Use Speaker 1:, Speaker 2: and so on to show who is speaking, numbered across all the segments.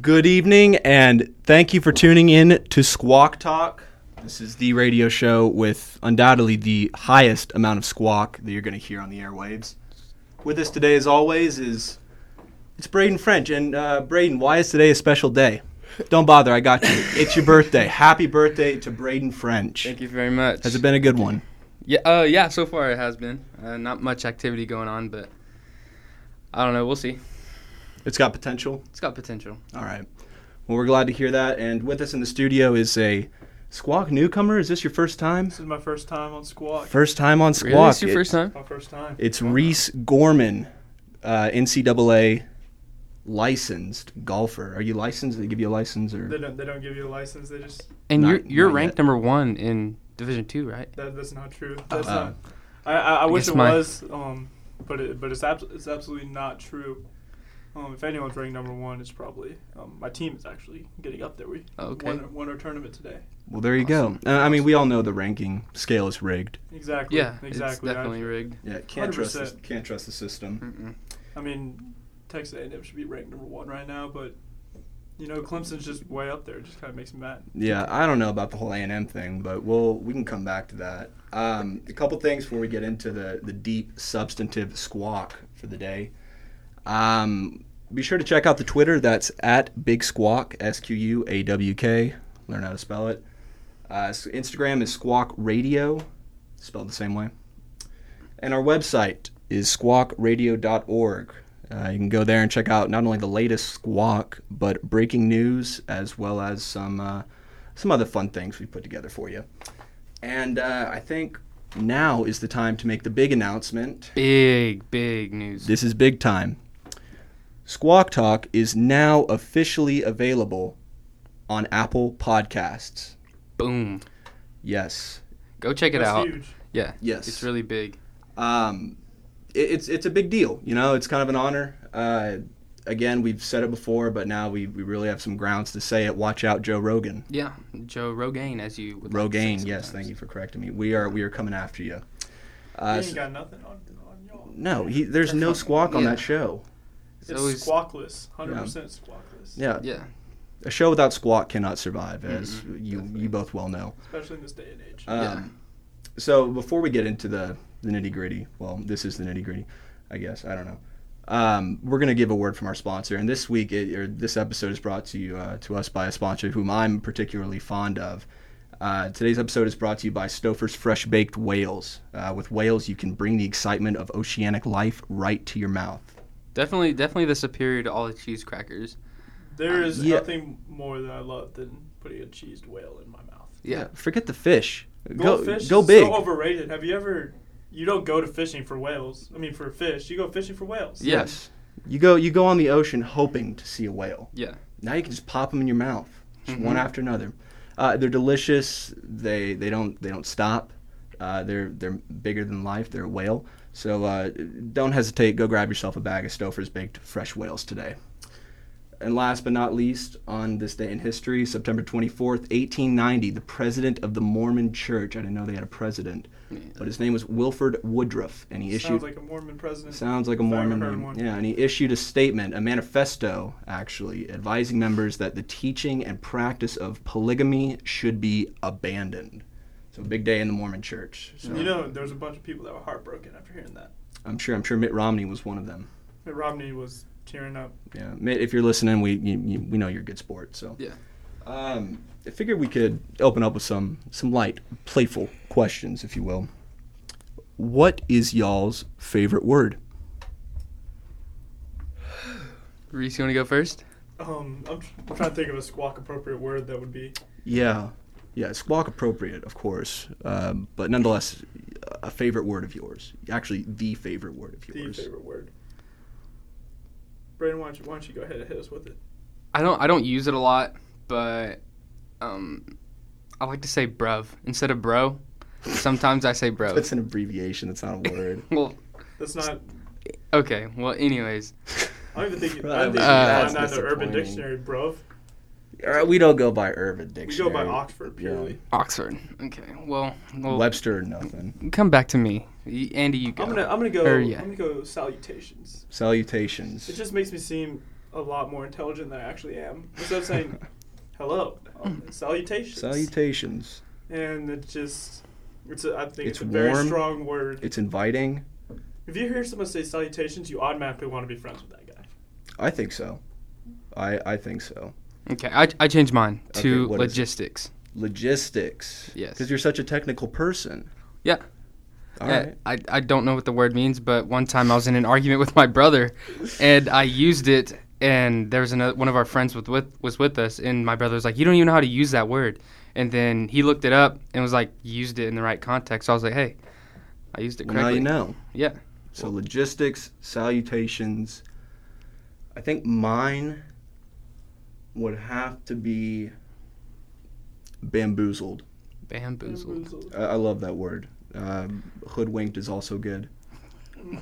Speaker 1: Good evening, and thank you for tuning in to Squawk Talk. This is the radio show with undoubtedly the highest amount of squawk that you're going to hear on the airwaves. With us today, as always, is it's Braden French. And uh, Braden, why is today a special day? Don't bother, I got you. It's your birthday. Happy birthday to Braden French.
Speaker 2: Thank you very much.
Speaker 1: Has it been a good one?
Speaker 2: Yeah, uh, yeah. So far it has been. Uh, not much activity going on, but I don't know. We'll see.
Speaker 1: It's got potential.
Speaker 2: It's got potential.
Speaker 1: All right. Well, we're glad to hear that. And with us in the studio is a Squawk newcomer. Is this your first time?
Speaker 3: This is my first time on Squawk.
Speaker 1: First time on Squawk.
Speaker 2: Really, it's your
Speaker 1: It-
Speaker 2: first time?
Speaker 3: My first time.
Speaker 1: It's Reese Gorman, uh, NCAA licensed golfer. Are you licensed? They give you a license
Speaker 3: They
Speaker 1: or?
Speaker 3: don't. They don't give you a license. They just.
Speaker 2: And
Speaker 1: Not-
Speaker 2: you're you're
Speaker 1: not
Speaker 2: ranked
Speaker 1: yet.
Speaker 2: number one in Division Two, right?
Speaker 3: That, that's not true. That's
Speaker 1: Uh,
Speaker 3: not. I, I, I, wish
Speaker 2: Uh-huh. guess my-
Speaker 3: it was. Um, but it, but it's abs- it's absolutely not true. Um, if anyone's ranked number one, it's probably um, my team is actually getting up there. We
Speaker 2: Okay.
Speaker 3: won, won our tournament today.
Speaker 1: Well, there you go. Uh, I mean, we all know the ranking scale is rigged.
Speaker 3: Exactly.
Speaker 2: Yeah,
Speaker 3: Exactly.
Speaker 2: it's definitely rigged.
Speaker 1: Yeah,
Speaker 3: can't trust this-
Speaker 1: can't trust the system.
Speaker 2: Mm-mm.
Speaker 3: I, I mean, Texas A&M should be ranked number one right now, but you know Clemson's just way up there. It just kind of makes me mad.
Speaker 1: Yeah, I don't know about the whole A and M thing, but we'll we can come back to that. Um, a couple things before we get into the the deep substantive squawk for the day. Um, be sure to check out the Twitter. That's at Big Squawk S Q U A W K. Learn how to spell it. Uh, s- Instagram is Squawk Radio, spelled the same way. And our website is squawkradio.org. Uh, you can go there and check out not only the latest squawk, but breaking news as well as some uh, some other fun things we put together for you. And uh, I think now is the time to make the big announcement.
Speaker 2: Big big news.
Speaker 1: This is big time. Squawk Talk is now officially available on Apple Podcasts.
Speaker 2: Boom.
Speaker 1: Yes.
Speaker 2: Go check it
Speaker 3: That's
Speaker 2: out.
Speaker 3: huge.
Speaker 2: Yeah.
Speaker 1: Yes.
Speaker 2: It's really big.
Speaker 1: um, it, it's it's a big deal. You know, it's kind of an honor. Uh, again, we've said it before, but now we, we really have some grounds to say it. Watch out, Joe Rogan.
Speaker 2: Yeah. Joe Rogaine, as you. Would like to say
Speaker 1: Rogaine, yes,
Speaker 2: sometimes.
Speaker 1: thank you for correcting me. We are we are coming after you. Uh,
Speaker 3: he
Speaker 1: so-
Speaker 3: ain't got nothing on, on y'all.
Speaker 1: no, he, there's no squawk on
Speaker 2: Yeah.
Speaker 1: that show.
Speaker 3: It's,
Speaker 2: always-
Speaker 3: squawkless. Hundred percent squawkless.
Speaker 1: Yeah,
Speaker 2: Yeah.
Speaker 1: a show without squawk cannot survive, as you you both well know.
Speaker 3: Especially in this day and age.
Speaker 1: Um,
Speaker 2: Yeah.
Speaker 1: So before we get into the, the nitty gritty, well, this is the nitty gritty, I guess. I don't know. Um, we're gonna give a word from our sponsor, and this week it, or this episode is brought to you uh, to us by a sponsor whom I'm particularly fond of. Uh, today's episode is brought to you by Stouffer's Fresh Baked Whales. Uh, with whales, you can bring the excitement of oceanic life right to your mouth.
Speaker 2: Definitely definitely the superior to all the cheese crackers.
Speaker 3: There is
Speaker 1: yeah.
Speaker 3: nothing more that I love than putting a cheesed whale in my mouth.
Speaker 2: Yeah.
Speaker 1: Uh, forget the fish.
Speaker 3: Goldfish
Speaker 1: go, go
Speaker 3: is
Speaker 1: big.
Speaker 3: so overrated. Have you ever? You don't go to fishing for whales. I mean, for fish, you go fishing for whales.
Speaker 2: Yeah.
Speaker 1: Yes, you go you go on the ocean hoping to see a whale.
Speaker 2: Yeah.
Speaker 1: Now you can just pop them in your mouth, just one
Speaker 3: Mm-hmm.
Speaker 1: after another. Uh, they're delicious. They they don't they don't stop. Uh, they're they're bigger than life. They're a whale. So uh, don't hesitate. Go grab yourself a bag of Stouffer's baked fresh whales today. And last but not least, on this day in history, September 24th, 1890, the president of the Mormon Church. I didn't know they had a president, but his name was Wilford Woodruff, and he issued
Speaker 3: Sounds like a Mormon president.
Speaker 1: Sounds like a
Speaker 3: If I ever
Speaker 1: Mormon.
Speaker 3: heard
Speaker 1: name.
Speaker 3: one.
Speaker 1: Yeah, and he issued a statement, a manifesto, actually, advising members that the teaching and practice of polygamy should be abandoned. So, a big day in the Mormon Church. So,
Speaker 3: You know, there was a bunch of people that were heartbroken after hearing that.
Speaker 1: I'm sure. I'm sure Mitt Romney was one of them.
Speaker 3: Mitt Romney was tearing up.
Speaker 1: Yeah, Mitt, if you're listening, we you, you, we know you're a good sport. So,
Speaker 2: Yeah.
Speaker 1: Um, I figured we could open up with some some light, playful questions, if you will. What is y'all's favorite word?
Speaker 2: Reese, you wanna go first?
Speaker 3: Um, I'm, tr- I'm trying to think of a squawk appropriate word that would be.
Speaker 1: Yeah, yeah, squawk appropriate, of course, um, but nonetheless, a favorite word of yours. Actually, the favorite word of
Speaker 3: The
Speaker 1: yours.
Speaker 3: favorite word. Brandon, why don't, you, why don't you go ahead and hit us with it?
Speaker 2: I don't I don't use it a lot, but um I like to say bruv instead of bro. Sometimes I say bro.
Speaker 1: That's an abbreviation. That's not a word.
Speaker 2: well,
Speaker 3: That's not.
Speaker 2: okay. Well, anyways,
Speaker 3: I don't even think. you- I
Speaker 1: Bruv,
Speaker 3: don't
Speaker 2: Uh,
Speaker 3: think you can find that
Speaker 1: that's
Speaker 3: in the Urban
Speaker 1: disappointing.
Speaker 3: Dictionary, bruv.
Speaker 1: All right, we don't go by Urban
Speaker 3: We go
Speaker 1: Dictionary.
Speaker 3: by Oxford
Speaker 1: Yeah.
Speaker 3: purely.
Speaker 2: Oxford. Okay. Well, well
Speaker 1: Webster or nothing.
Speaker 2: come back to me, Y- Andy. You go.
Speaker 3: uh I'm gonna I'm gonna go
Speaker 2: Or, yeah.
Speaker 3: I'm gonna go salutations.
Speaker 1: Salutations.
Speaker 3: It just makes me seem a lot more intelligent than I actually am. Instead of saying hello, um, salutations.
Speaker 1: Salutations.
Speaker 3: and it just, it's a, I think
Speaker 1: It's
Speaker 3: it's, a very
Speaker 1: warm.
Speaker 3: strong word.
Speaker 1: It's inviting.
Speaker 3: If you hear someone say salutations, you automatically want to be friends with that guy.
Speaker 1: I think so. I I think so.
Speaker 2: Okay, I, I changed mine
Speaker 1: Okay,
Speaker 2: to
Speaker 1: what is it?
Speaker 2: logistics.
Speaker 1: Logistics.
Speaker 2: Yes.
Speaker 1: Because you're such a technical person.
Speaker 2: Yeah.
Speaker 1: All
Speaker 2: Yeah,
Speaker 1: right.
Speaker 2: I, I don't know what the word means, but one time I was in an argument with my brother, and I used it, and there was another one of our friends with, with was with us, and my brother was like, "You don't even know how to use that word," and then he looked it up and was like, "Used it in the right context." So I was like, "Hey, I used it
Speaker 1: Well, now
Speaker 2: correctly."
Speaker 1: you know.
Speaker 2: Yeah.
Speaker 1: So logistics, salutations. I think mine would have to be bamboozled.
Speaker 2: Bamboozled.
Speaker 1: I, I love that word. Um, hoodwinked is also good,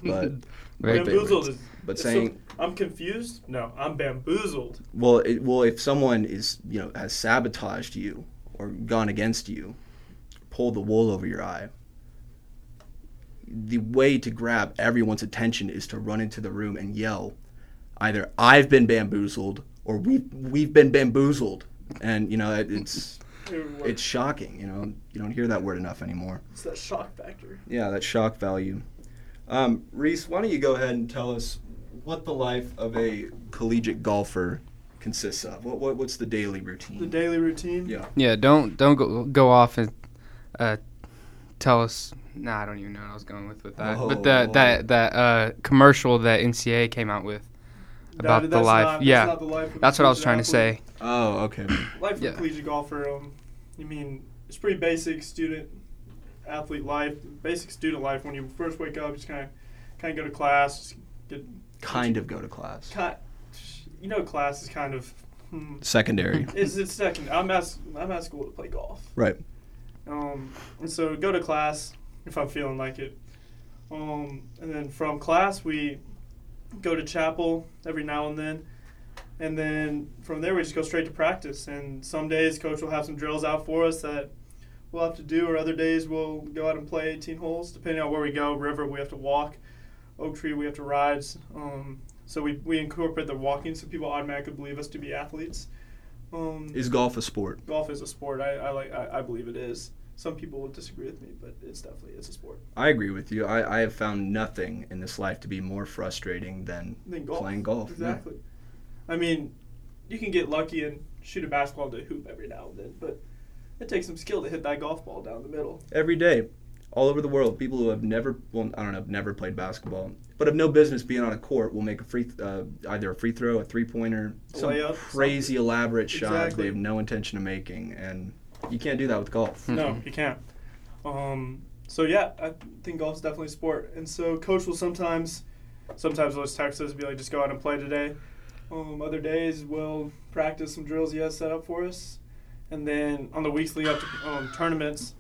Speaker 1: but
Speaker 3: Mm-hmm.
Speaker 2: Very big
Speaker 3: bamboozled
Speaker 2: words.
Speaker 3: is.
Speaker 1: but
Speaker 3: it's
Speaker 1: saying
Speaker 3: so- I'm confused. No, I'm bamboozled.
Speaker 1: well, it, well, if someone is you know has sabotaged you or gone against you, pulled the wool over your eye. The way to grab everyone's attention is to run into the room and yell, either "I've been bamboozled" or "We've we've been bamboozled," and you know it, it's it's
Speaker 3: It's,
Speaker 1: shocking. You know you don't hear that word enough anymore.
Speaker 3: it's that shock factor.
Speaker 1: Yeah, that shock value. Um, Reese, why don't you go ahead and tell us what the life of a collegiate golfer consists of? What, what what's the daily
Speaker 3: The
Speaker 1: routine?
Speaker 3: daily routine.
Speaker 1: Yeah.
Speaker 2: Yeah. Don't don't go go off and uh, tell us. Nah, I don't even know what I was going with with that.
Speaker 1: Oh.
Speaker 2: But that that that uh, commercial that NCA came out with about
Speaker 3: That-
Speaker 2: the
Speaker 3: that's
Speaker 2: life.
Speaker 3: not- that's
Speaker 2: yeah.
Speaker 3: not the life of a
Speaker 2: That's what I was
Speaker 3: collegiate
Speaker 2: trying to
Speaker 3: athlete.
Speaker 2: say.
Speaker 1: Oh, okay.
Speaker 3: Life of
Speaker 2: Yeah.
Speaker 3: a collegiate golfer. Um, you mean it's pretty basic student athlete life. Basic student life. When you first wake up, just kind of kind of go to class. Get
Speaker 1: kind of go to class.
Speaker 3: kind. You know, class is kind of. Hmm,
Speaker 1: Secondary.
Speaker 3: it's, it's second. I'm at I'm at school to play golf.
Speaker 1: right.
Speaker 3: Um, and so go to class if I'm feeling like it. Um, and then from class we go to chapel every now and then. And then from there we just go straight to practice. And some days coach will have some drills out for us that we'll have to do, or other days we'll go out and play 18 holes. Depending on where we go, river we have to walk, oak tree we have to ride. Um, so we, we incorporate the walking so people automatically believe us to be athletes. Um,
Speaker 1: Is golf a sport?
Speaker 3: golf is a sport. I, I like. I, I believe it is. Some people would disagree with me, but it's definitely it's a sport.
Speaker 1: I agree with you. I, I have found nothing in this life to be more frustrating than
Speaker 3: Then golf.
Speaker 1: playing golf. yeah.
Speaker 3: Exactly. I mean, you can get lucky and shoot a basketball to a hoop every now and then, but it takes some skill to hit that golf ball down the middle.
Speaker 1: Every day, all over the world, people who have never, well, I don't know, have never played basketball, but have no business being on a court will make a free, uh, either a free throw, a three pointer, some
Speaker 3: Layup,
Speaker 1: crazy elaborate shot
Speaker 3: Exactly.
Speaker 1: they have no intention of making, and you can't do that with golf.
Speaker 3: No, you can't. Um, so yeah, I think golf's definitely a sport, and so coach will sometimes, sometimes will just text us, be like, just go out and play today. Um, other days we'll practice some drills he has set up for us, and then on the weeks leading up to um, tournaments,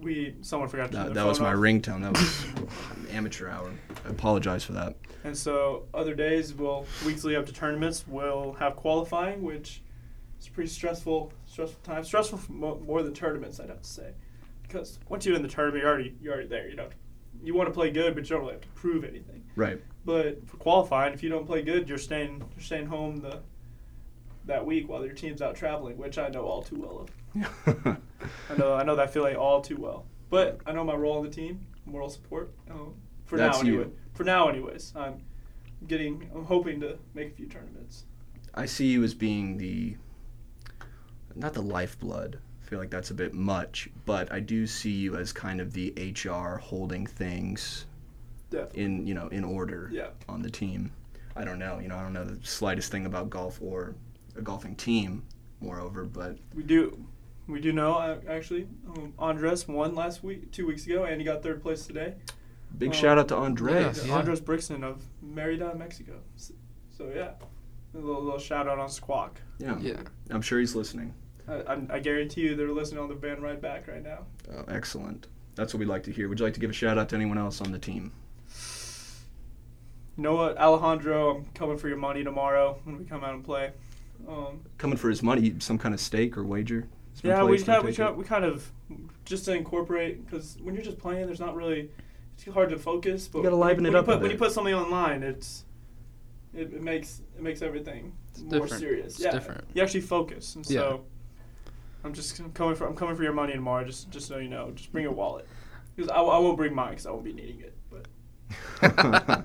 Speaker 3: we someone forgot to turn
Speaker 1: That,
Speaker 3: their
Speaker 1: that was
Speaker 3: phone
Speaker 1: my
Speaker 3: off.
Speaker 1: ringtone. That was amateur hour. I apologize for that.
Speaker 3: And so other days we'll weeks leading up to tournaments we'll have qualifying, which is a pretty stressful, stressful time. Stressful for mo- more than tournaments, I'd have to say, because once you're in the tournament, you're already you're already there. You don't you want to play good, but you don't really have to prove anything.
Speaker 1: Right.
Speaker 3: But for qualifying, if you don't play good, you're staying you're staying home the that week while your team's out traveling, which I know all too well of. I know I know that feeling all too well. But I know my role on the team, moral support. Um, for
Speaker 1: That's
Speaker 3: now, anyway.
Speaker 1: you.
Speaker 3: For now, anyways, I'm getting. I'm hoping to make a few tournaments.
Speaker 1: I see you as being the, not the lifeblood. I feel like that's a bit much, but I do see you as kind of the HR holding things
Speaker 3: Definitely.
Speaker 1: in you know in order
Speaker 3: Yeah.
Speaker 1: on the team. I don't know, you know, I don't know the slightest thing about golf or a golfing team. Moreover, but
Speaker 3: We do. We do know uh, actually. Um, Andres won last week, two weeks ago, and he got third place today.
Speaker 1: big
Speaker 3: Oh.
Speaker 1: shout out to Andres.
Speaker 2: Yeah.
Speaker 3: Andres Brixton of Merida, Mexico. So, so yeah, a little, little shout out on Squawk.
Speaker 1: Yeah.
Speaker 2: Yeah.
Speaker 1: I'm sure he's listening.
Speaker 3: I, I, I guarantee you they're listening on the van right back right now.
Speaker 1: Oh, excellent. That's what we'd like to hear. Would you like to give a shout out to anyone else on the team?
Speaker 3: You know what, Alejandro? I'm coming for your money tomorrow when we come out and play. Um,
Speaker 1: Coming for his money, some kind of stake or wager? It's been
Speaker 3: Yeah, we
Speaker 1: placed,
Speaker 3: kind,
Speaker 1: I
Speaker 3: of, we,
Speaker 1: take
Speaker 3: kind
Speaker 1: it?
Speaker 3: of, we kind of just to incorporate because when you're just playing, there's not really it's hard to focus. But
Speaker 1: You gotta
Speaker 3: when
Speaker 1: liven
Speaker 3: when
Speaker 1: it
Speaker 3: you
Speaker 1: up a
Speaker 3: put, when
Speaker 1: bit.
Speaker 3: you put something online, it's It, it makes it makes everything more
Speaker 2: different.
Speaker 3: serious.
Speaker 2: It's
Speaker 3: yeah,
Speaker 2: different.
Speaker 3: You actually focus, and
Speaker 2: Yeah.
Speaker 3: so I'm just I'm coming for I'm coming for your money tomorrow. Just just so you know, just bring your
Speaker 2: Mm-hmm.
Speaker 3: wallet because I, I won't bring mine because I won't be needing it. But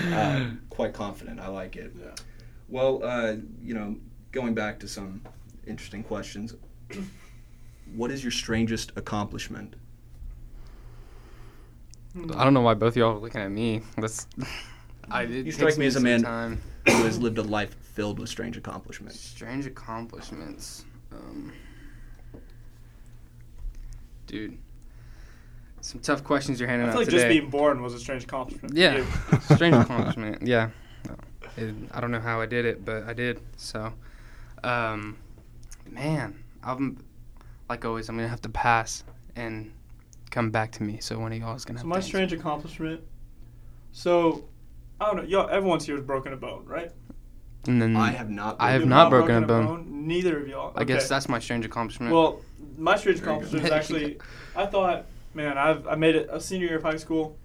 Speaker 1: uh, quite confident. I like it.
Speaker 3: Yeah.
Speaker 1: Well, uh, you know, going back to some interesting questions, what is your strangest accomplishment?
Speaker 3: hmm.
Speaker 2: I don't know why both of y'all are looking at me. That's I, it
Speaker 1: You
Speaker 2: takes
Speaker 1: strike me as a
Speaker 2: some
Speaker 1: man-
Speaker 2: Time.
Speaker 1: Who has lived a life filled with strange accomplishments?
Speaker 2: Strange accomplishments, um, dude. Some tough questions you're
Speaker 3: I
Speaker 2: handing
Speaker 3: feel
Speaker 2: out
Speaker 3: like just
Speaker 2: today.
Speaker 3: being born was a strange accomplishment. for
Speaker 2: yeah,
Speaker 3: you.
Speaker 2: strange accomplishment. Yeah, No. It- I don't know how I did it, but I did. So, um, man, I'm like always. I'm gonna have to pass and come back to me. So one of y'all is gonna.
Speaker 3: So
Speaker 2: have
Speaker 3: my
Speaker 2: to answer.
Speaker 3: strange accomplishment. So I don't know. Yo, everyone's here has broken a bone, right?
Speaker 2: And then
Speaker 1: I have not.
Speaker 2: I have
Speaker 1: lived-
Speaker 3: You've
Speaker 2: not broken a bone.
Speaker 3: Neither of y'all.
Speaker 2: I guess
Speaker 3: Okay.
Speaker 2: that's my strange accomplishment.
Speaker 3: Well, my strange
Speaker 1: There you go.
Speaker 3: accomplishment is actually, I thought, man, I've I made it a senior year of high school.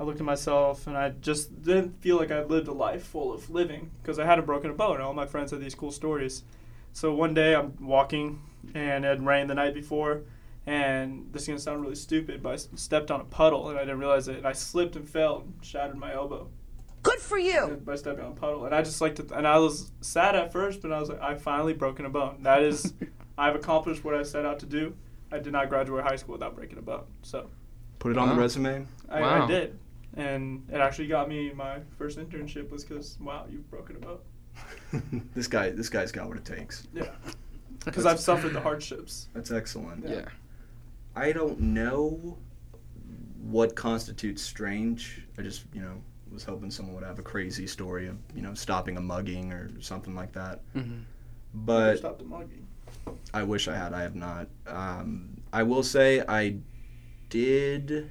Speaker 3: I looked at myself and I just didn't feel like I lived a life full of living because I hadn't broken a bone. All my friends had these cool stories. So one day I'm walking and it had rained the night before, and this is gonna sound really stupid, but I s- stepped on a puddle and I didn't realize it, and I slipped and fell, and shattered my elbow
Speaker 4: Good for
Speaker 1: Oh.
Speaker 4: you.
Speaker 3: by stepping on a puddle. And I just like to, and I was sad at first, but I was like, I finally broken a bone. That is, I've accomplished what I set out to do. I did not graduate high school without breaking a bone, so
Speaker 1: Put it on
Speaker 2: Wow.
Speaker 1: the resume.
Speaker 3: I, I
Speaker 2: Wow.
Speaker 3: did, and it actually got me my first internship was because wow, you've broken a bone.
Speaker 1: this guy. This guy's got what it takes.
Speaker 3: Yeah, because I've suffered the hardships.
Speaker 1: That's excellent.
Speaker 2: yeah.
Speaker 1: I don't know what constitutes strange. I just, you know, was hoping someone would have a crazy story of, you know, stopping a mugging or something like that.
Speaker 2: Mhm.
Speaker 1: But
Speaker 3: Stop the mugging.
Speaker 1: I wish I had. I have not. Um, I will say I did.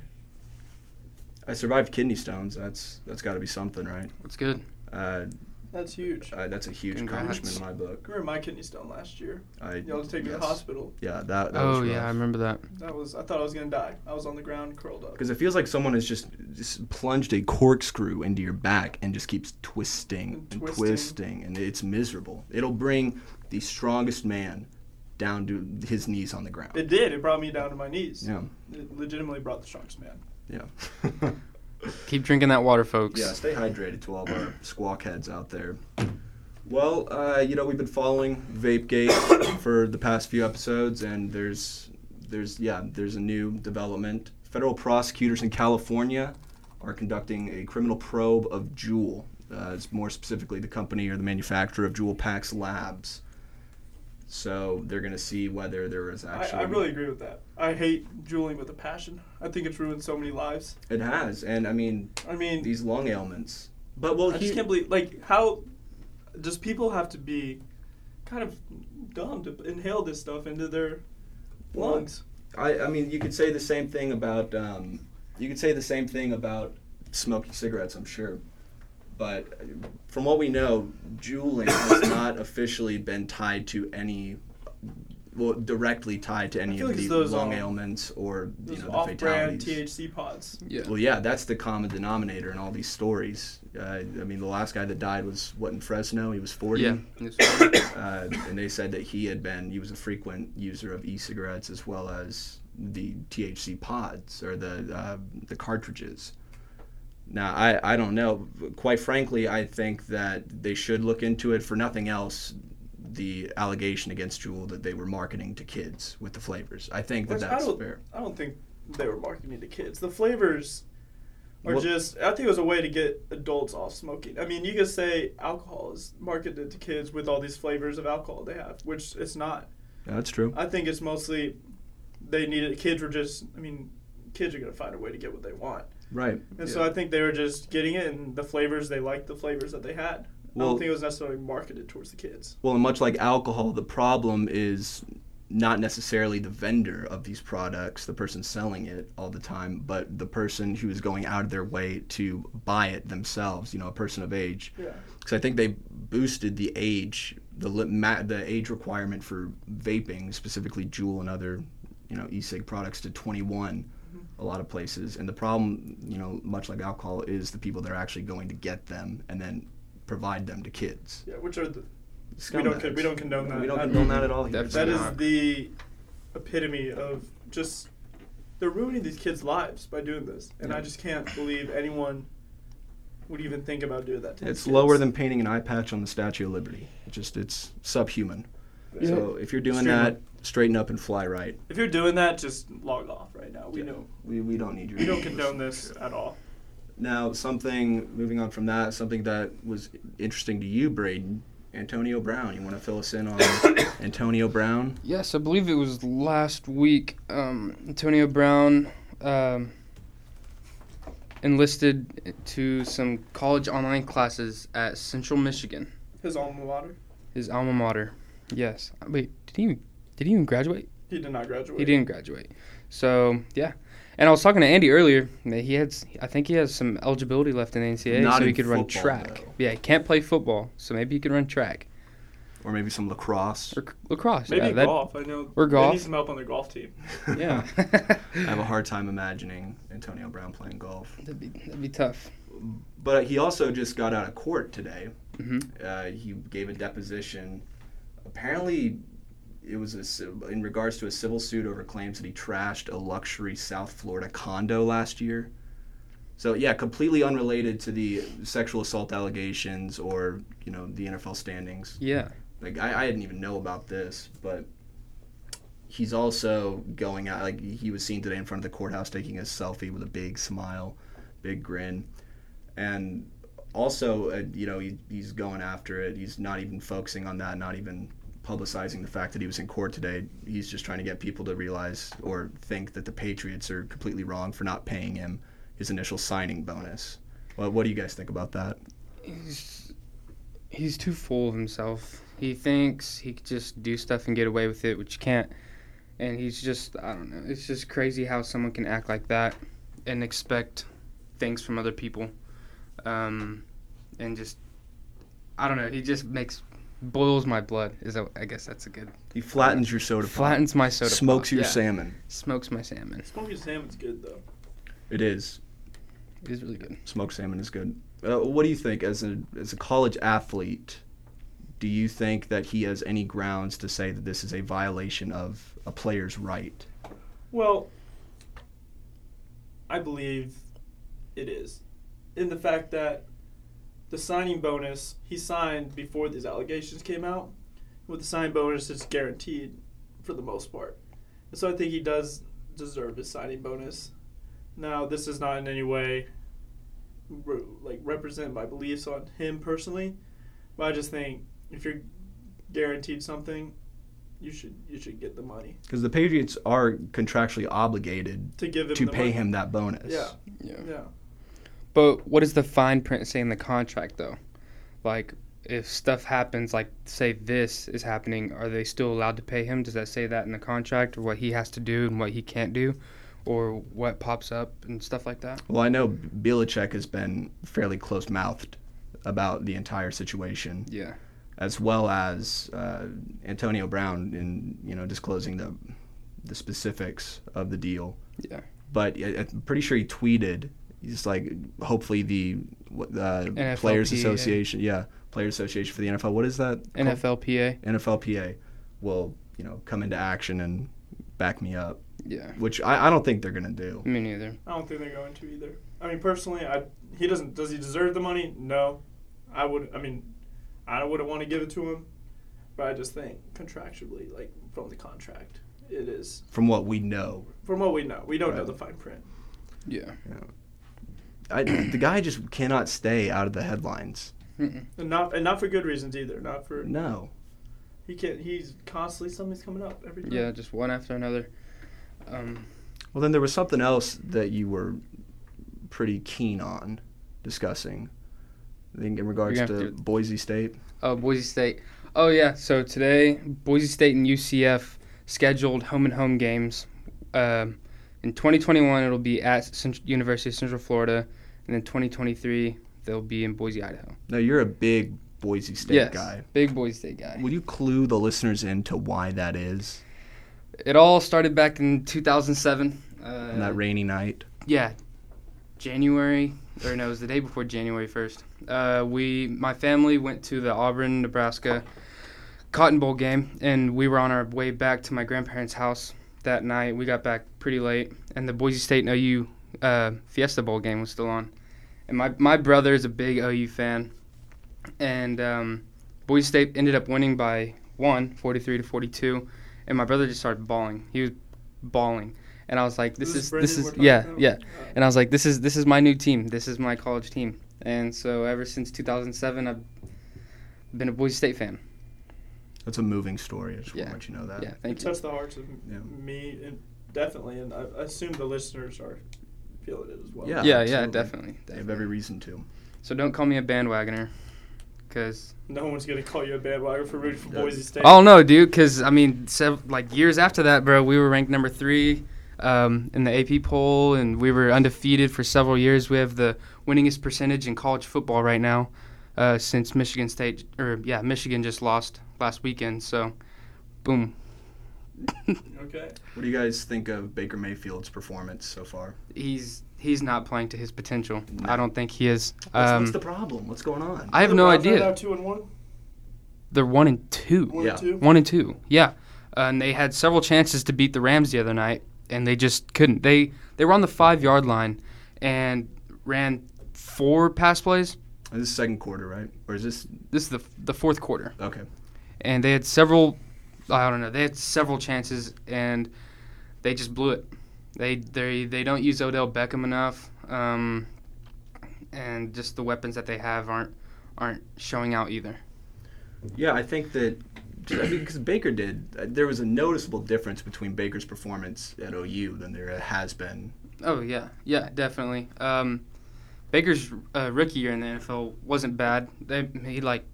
Speaker 1: I survived kidney stones. That's that's got to be something, right?
Speaker 2: That's good.
Speaker 1: Uh,
Speaker 3: That's huge.
Speaker 1: uh, that's a huge
Speaker 2: Congrats.
Speaker 1: accomplishment in my book.
Speaker 3: I remember my kidney stone last year.
Speaker 1: I
Speaker 3: Y'all had to take me to
Speaker 1: yes.
Speaker 3: the hospital.
Speaker 1: Yeah, that. that
Speaker 2: Oh
Speaker 1: was
Speaker 2: yeah, I remember that.
Speaker 3: That was I thought I was gonna die. I was on the ground curled up.
Speaker 1: Because it feels like someone has just, just plunged a corkscrew into your back and just keeps twisting
Speaker 3: And
Speaker 1: and
Speaker 3: twisting.
Speaker 1: twisting. and it's miserable. It'll bring the strongest man down to his knees on the ground.
Speaker 3: It did. It brought me down to my knees.
Speaker 1: yeah,
Speaker 3: It legitimately brought the strongest man.
Speaker 1: yeah.
Speaker 2: Keep drinking that water, folks.
Speaker 1: Yeah, stay hydrated to all of our squawk heads out there. Well, uh, you know we've been following VapeGate for the past few episodes, and there's there's yeah there's a new development. Federal prosecutors in California are conducting a criminal probe of Juul. Uh, it's more specifically the company or the manufacturer of Juul Pax Labs. So they're going to see whether there is
Speaker 3: I,
Speaker 1: actually
Speaker 3: I really agree with that. I hate dueling with a passion. I think it's ruined so many lives.
Speaker 1: it has, and I mean
Speaker 3: I mean,
Speaker 1: these lung ailments. But well,
Speaker 3: I
Speaker 1: he-
Speaker 3: just can't believe like how does people have to be kind of dumb to inhale this stuff into their
Speaker 1: Well,
Speaker 3: lungs?
Speaker 1: I, I mean, you could say the same thing about um, you could say the same thing about smoking cigarettes. I'm sure, but uh, from what we know, juuling has not officially been tied to any, well, directly tied to any
Speaker 3: feel
Speaker 1: of
Speaker 3: like it's
Speaker 1: the
Speaker 3: those,
Speaker 1: lung
Speaker 3: um,
Speaker 1: ailments or you
Speaker 3: Those
Speaker 1: know the
Speaker 3: off-brand
Speaker 1: fatalities.
Speaker 3: THC pods.
Speaker 2: Yeah.
Speaker 1: Well, yeah, that's the common denominator in all these stories. Uh, I mean, the last guy that died was what in Fresno. He was 40
Speaker 2: Yeah.
Speaker 1: uh, and they said that he had been he was a frequent user of e-cigarettes as well as the THC pods or the uh, the cartridges. Now I, I don't know. Quite frankly, I think that they should look into it for nothing else. The allegation against Juul that they were marketing to kids with the flavors. I think that
Speaker 3: Which I
Speaker 1: that's
Speaker 3: don't-
Speaker 1: fair.
Speaker 3: I don't think they were marketing to kids. The flavors are
Speaker 1: Well-
Speaker 3: just. I think it was a way to get adults off smoking. I mean, you could say alcohol is marketed to kids with all these flavors of alcohol they have, which it's not.
Speaker 1: Yeah, that's true.
Speaker 3: I think it's mostly they needed kids were just I mean kids are gonna find a way to get what they want,
Speaker 1: Right.
Speaker 3: and so I think they were just getting it and the flavors they liked the flavors that they had. I
Speaker 1: Well-
Speaker 3: don't think it was necessarily marketed towards the kids.
Speaker 1: Well, and much like alcohol, the problem is not necessarily the vendor of these products, the person selling it all the time, but the person who is going out of their way to buy it themselves, you know, a person of age.
Speaker 3: Yeah,
Speaker 1: Because I think they boosted the age, the li- ma- the age requirement for vaping, specifically Juul and other, you know, e-cig products to 21 a lot of places. And the problem, you know, much like alcohol, is the people that are actually going to get them and then provide them to kids.
Speaker 3: Yeah, which are the, we don't con- we don't condone that.
Speaker 1: We don't
Speaker 3: That-
Speaker 1: condone that at all. here.
Speaker 3: that
Speaker 2: Definitely
Speaker 3: is
Speaker 2: not.
Speaker 3: the epitome of just they're ruining these kids' lives by doing this, and I
Speaker 1: Yeah.
Speaker 3: just can't believe anyone would even think about doing that. To these
Speaker 1: It's
Speaker 3: kids.
Speaker 1: lower than painting an eye patch on the Statue of Liberty. It's just it's subhuman.
Speaker 3: Yeah.
Speaker 1: So if you're doing
Speaker 3: Extremely.
Speaker 1: that, straighten up and fly right.
Speaker 3: If you're doing that, just log off right now. We
Speaker 1: Yeah.
Speaker 3: know
Speaker 1: We, we don't need your.
Speaker 3: we don't condone this at all.
Speaker 1: Now something moving on from that, something that was interesting to you, Braden, Antonio Brown. You want to fill us in on Antonio Brown?
Speaker 2: Yes, I believe it was last week. Um, Antonio Brown um, enlisted to some college online classes at Central Michigan,
Speaker 3: His alma mater.
Speaker 2: his alma mater. Yes. Wait, did he even, did he even graduate?
Speaker 3: He did not graduate.
Speaker 2: He didn't graduate. So yeah. And I was talking to Andy earlier. that He had, s- I think he has some eligibility left in the NCAA,
Speaker 1: Not
Speaker 2: so he
Speaker 1: in
Speaker 2: could run
Speaker 1: football,
Speaker 2: track.
Speaker 1: though.
Speaker 2: Yeah, he can't play football, so maybe he could run track
Speaker 1: Or maybe some lacrosse.
Speaker 2: or c- lacrosse.
Speaker 3: Maybe
Speaker 2: yeah, that-
Speaker 3: golf. I know.
Speaker 2: or
Speaker 3: They
Speaker 2: golf.
Speaker 3: need some help on their golf team.
Speaker 2: Yeah,
Speaker 1: I have a hard time imagining Antonio Brown playing golf.
Speaker 2: that'd be that'd be tough.
Speaker 1: But he also just got out of court today.
Speaker 2: hmm
Speaker 1: Uh, he gave a deposition. Apparently, it was a, ci- in regards to a civil suit over claims that he trashed a luxury South Florida condo last year. So yeah, completely unrelated to the sexual assault allegations or you know the NFL standings.
Speaker 2: Yeah.
Speaker 1: Like I, I didn't even know about this, but he's also going out. Like he was seen today in front of the courthouse taking a selfie with a big smile, big grin, and also uh, you know he, he's going after it. He's not even focusing on that. Not even publicizing the fact that he was in court today. He's just trying to get people to realize or think that the Patriots are completely wrong for not paying him his initial signing bonus. Well, what do you guys think about that?
Speaker 2: He's he's too full of himself. He thinks he could just do stuff and get away with it, which you can't. And he's just I don't know. It's just crazy how someone can act like that and expect things from other people. Um, and just I don't know. He just makes boils my blood. Is that, I guess that's a good
Speaker 1: He flattens your soda. pop,
Speaker 2: flattens my soda. pop.
Speaker 1: Smokes your
Speaker 2: Yeah.
Speaker 1: salmon.
Speaker 2: Smokes my salmon.
Speaker 3: Smoking salmon's good though.
Speaker 1: It is.
Speaker 2: It is really good.
Speaker 1: Smoked salmon is good. Uh, what do you think as a as a college athlete? Do you think that he has any grounds to say that this is a violation of a player's right?
Speaker 3: Well, I believe it is. In the fact that the signing bonus, he signed before these allegations came out. With the signing bonus, it's guaranteed for the most part. And so I think he does deserve his signing bonus. Now, this is not in any way re- like represent my beliefs on him personally, but I just think if you're guaranteed something, you should you should get the money
Speaker 1: Because the Patriots are contractually obligated
Speaker 3: to give him
Speaker 1: to
Speaker 3: the
Speaker 1: pay
Speaker 3: money.
Speaker 1: him that bonus.
Speaker 3: Yeah.
Speaker 2: Yeah.
Speaker 3: Yeah.
Speaker 2: But what does the fine print say in the contract, though? Like, if stuff happens, like say this is happening, are they still allowed to pay him? Does that say that in the contract, or what he has to do and what he can't do, or what pops up and stuff like that?
Speaker 1: Well, I know Belichick has been fairly close mouthed about the entire situation.
Speaker 2: Yeah.
Speaker 1: as well as uh, Antonio Brown in you know disclosing the the specifics of the deal.
Speaker 2: Yeah.
Speaker 1: But I, I'm pretty sure he tweeted. He's like, hopefully the what, the Players
Speaker 2: NFLPA.
Speaker 1: Association, yeah, Players Association for the NFL. What is that? called?
Speaker 2: NFLPA.
Speaker 1: NFLPA will you know come into action and back me up,
Speaker 2: Yeah.
Speaker 1: which I, I don't think they're gonna do.
Speaker 2: Me neither.
Speaker 3: I don't think they're going to either. I mean, personally, I he doesn't. Does he deserve the money? No. I would. I mean, I wouldn't want to give it to him, but I just think contractually, like from the contract, it is.
Speaker 1: From what we know,
Speaker 3: From what we know, we don't know
Speaker 1: Right.
Speaker 3: the fine print.
Speaker 2: Yeah.
Speaker 1: I, the guy just cannot stay out of the headlines.
Speaker 2: Mm-mm.
Speaker 3: And not and not for good reasons either. Not for
Speaker 1: No,
Speaker 3: he can't. He's constantly something's coming up every time.
Speaker 2: Yeah. Just one after another. Um,
Speaker 1: Well, then there was something else that you were pretty keen on discussing. I think in regards
Speaker 2: gonna
Speaker 1: to,
Speaker 2: have to-
Speaker 1: Boise State.
Speaker 2: Oh, Boise State. Oh yeah. So today, Boise State and UCF scheduled home and home games. Um, in 2021, it'll be at Cent- University of Central Florida, and then 2023 they'll be in Boise, Idaho.
Speaker 1: No, you're a big Boise State
Speaker 2: yes,
Speaker 1: guy.
Speaker 2: big Boise State guy.
Speaker 1: Will you clue the listeners into why that is
Speaker 2: It all started back in 2007. Uh,
Speaker 1: on that rainy night?
Speaker 2: yeah, January or no, it was the day before January first. Uh, we, my family, went to the Auburn, Nebraska Cotton Bowl game, and we were on our way back to my grandparents' house that night. We got back pretty late, and the Boise State and OU uh, Fiesta Bowl game was still on. And my my brother is a big OU fan, and um, Boise State ended up winning by one, 43 to forty two, and my brother just started bawling. He was bawling, and I was like, "This,
Speaker 3: This is
Speaker 2: is
Speaker 3: Brendan
Speaker 2: this
Speaker 3: we're
Speaker 2: is
Speaker 3: talking
Speaker 2: yeah
Speaker 3: about? Uh,
Speaker 2: yeah." and I was like, "This is this is my new team. This is my college team." And so ever since 2007, I've been a Boise State fan.
Speaker 1: That's a moving story. I just
Speaker 2: Yeah.
Speaker 1: want to let you know that.
Speaker 2: Yeah,
Speaker 3: It
Speaker 2: thank you.
Speaker 3: touched the hearts of m-
Speaker 1: Yeah.
Speaker 3: me, and definitely, and I I assume the listeners are feeling it as well.
Speaker 1: Yeah.
Speaker 2: Yeah, yeah,
Speaker 1: absolutely.
Speaker 2: definitely.
Speaker 1: They
Speaker 2: definitely.
Speaker 1: have every reason to.
Speaker 2: So don't call me a bandwagoner, because
Speaker 3: No one's gonna call you a bandwagon for rooting for
Speaker 1: Yeah.
Speaker 3: Boise State.
Speaker 2: oh no, dude, because I mean, sev- like years after that, bro, we were ranked number three um, in the AP poll, and we were undefeated for several years. We have the winningest percentage in college football right now, uh, since Michigan State or yeah, Michigan just lost last weekend. So, boom.
Speaker 3: Okay.
Speaker 1: What do you guys think of Baker Mayfield's performance so far?
Speaker 2: he's he's not playing to his potential.
Speaker 1: No.
Speaker 2: I don't think he is.
Speaker 1: What's,
Speaker 2: Um,
Speaker 1: what's the problem? What's going on?
Speaker 2: I have no
Speaker 3: Browns right
Speaker 2: idea.
Speaker 3: now, two and one.
Speaker 2: They're one and two.
Speaker 3: One
Speaker 1: Yeah.
Speaker 3: and two.
Speaker 2: One and two. Yeah, uh, and they had several chances to beat the Rams the other night, and they just couldn't. They they were on the five yard line, and ran four pass plays.
Speaker 1: this is second quarter, right? Or is this
Speaker 2: This is the the fourth quarter,
Speaker 1: okay?
Speaker 2: and they had several. I don't know. They had several chances, and they just blew it. They they they don't use Odell Beckham enough, um, and just the weapons that they have aren't aren't showing out either.
Speaker 1: Yeah, I think that because Baker did, uh, there was a noticeable difference between Baker's performance at OU than there has been.
Speaker 2: Oh yeah, yeah, definitely. Um, Baker's uh, rookie year in the NFL wasn't bad. They, he like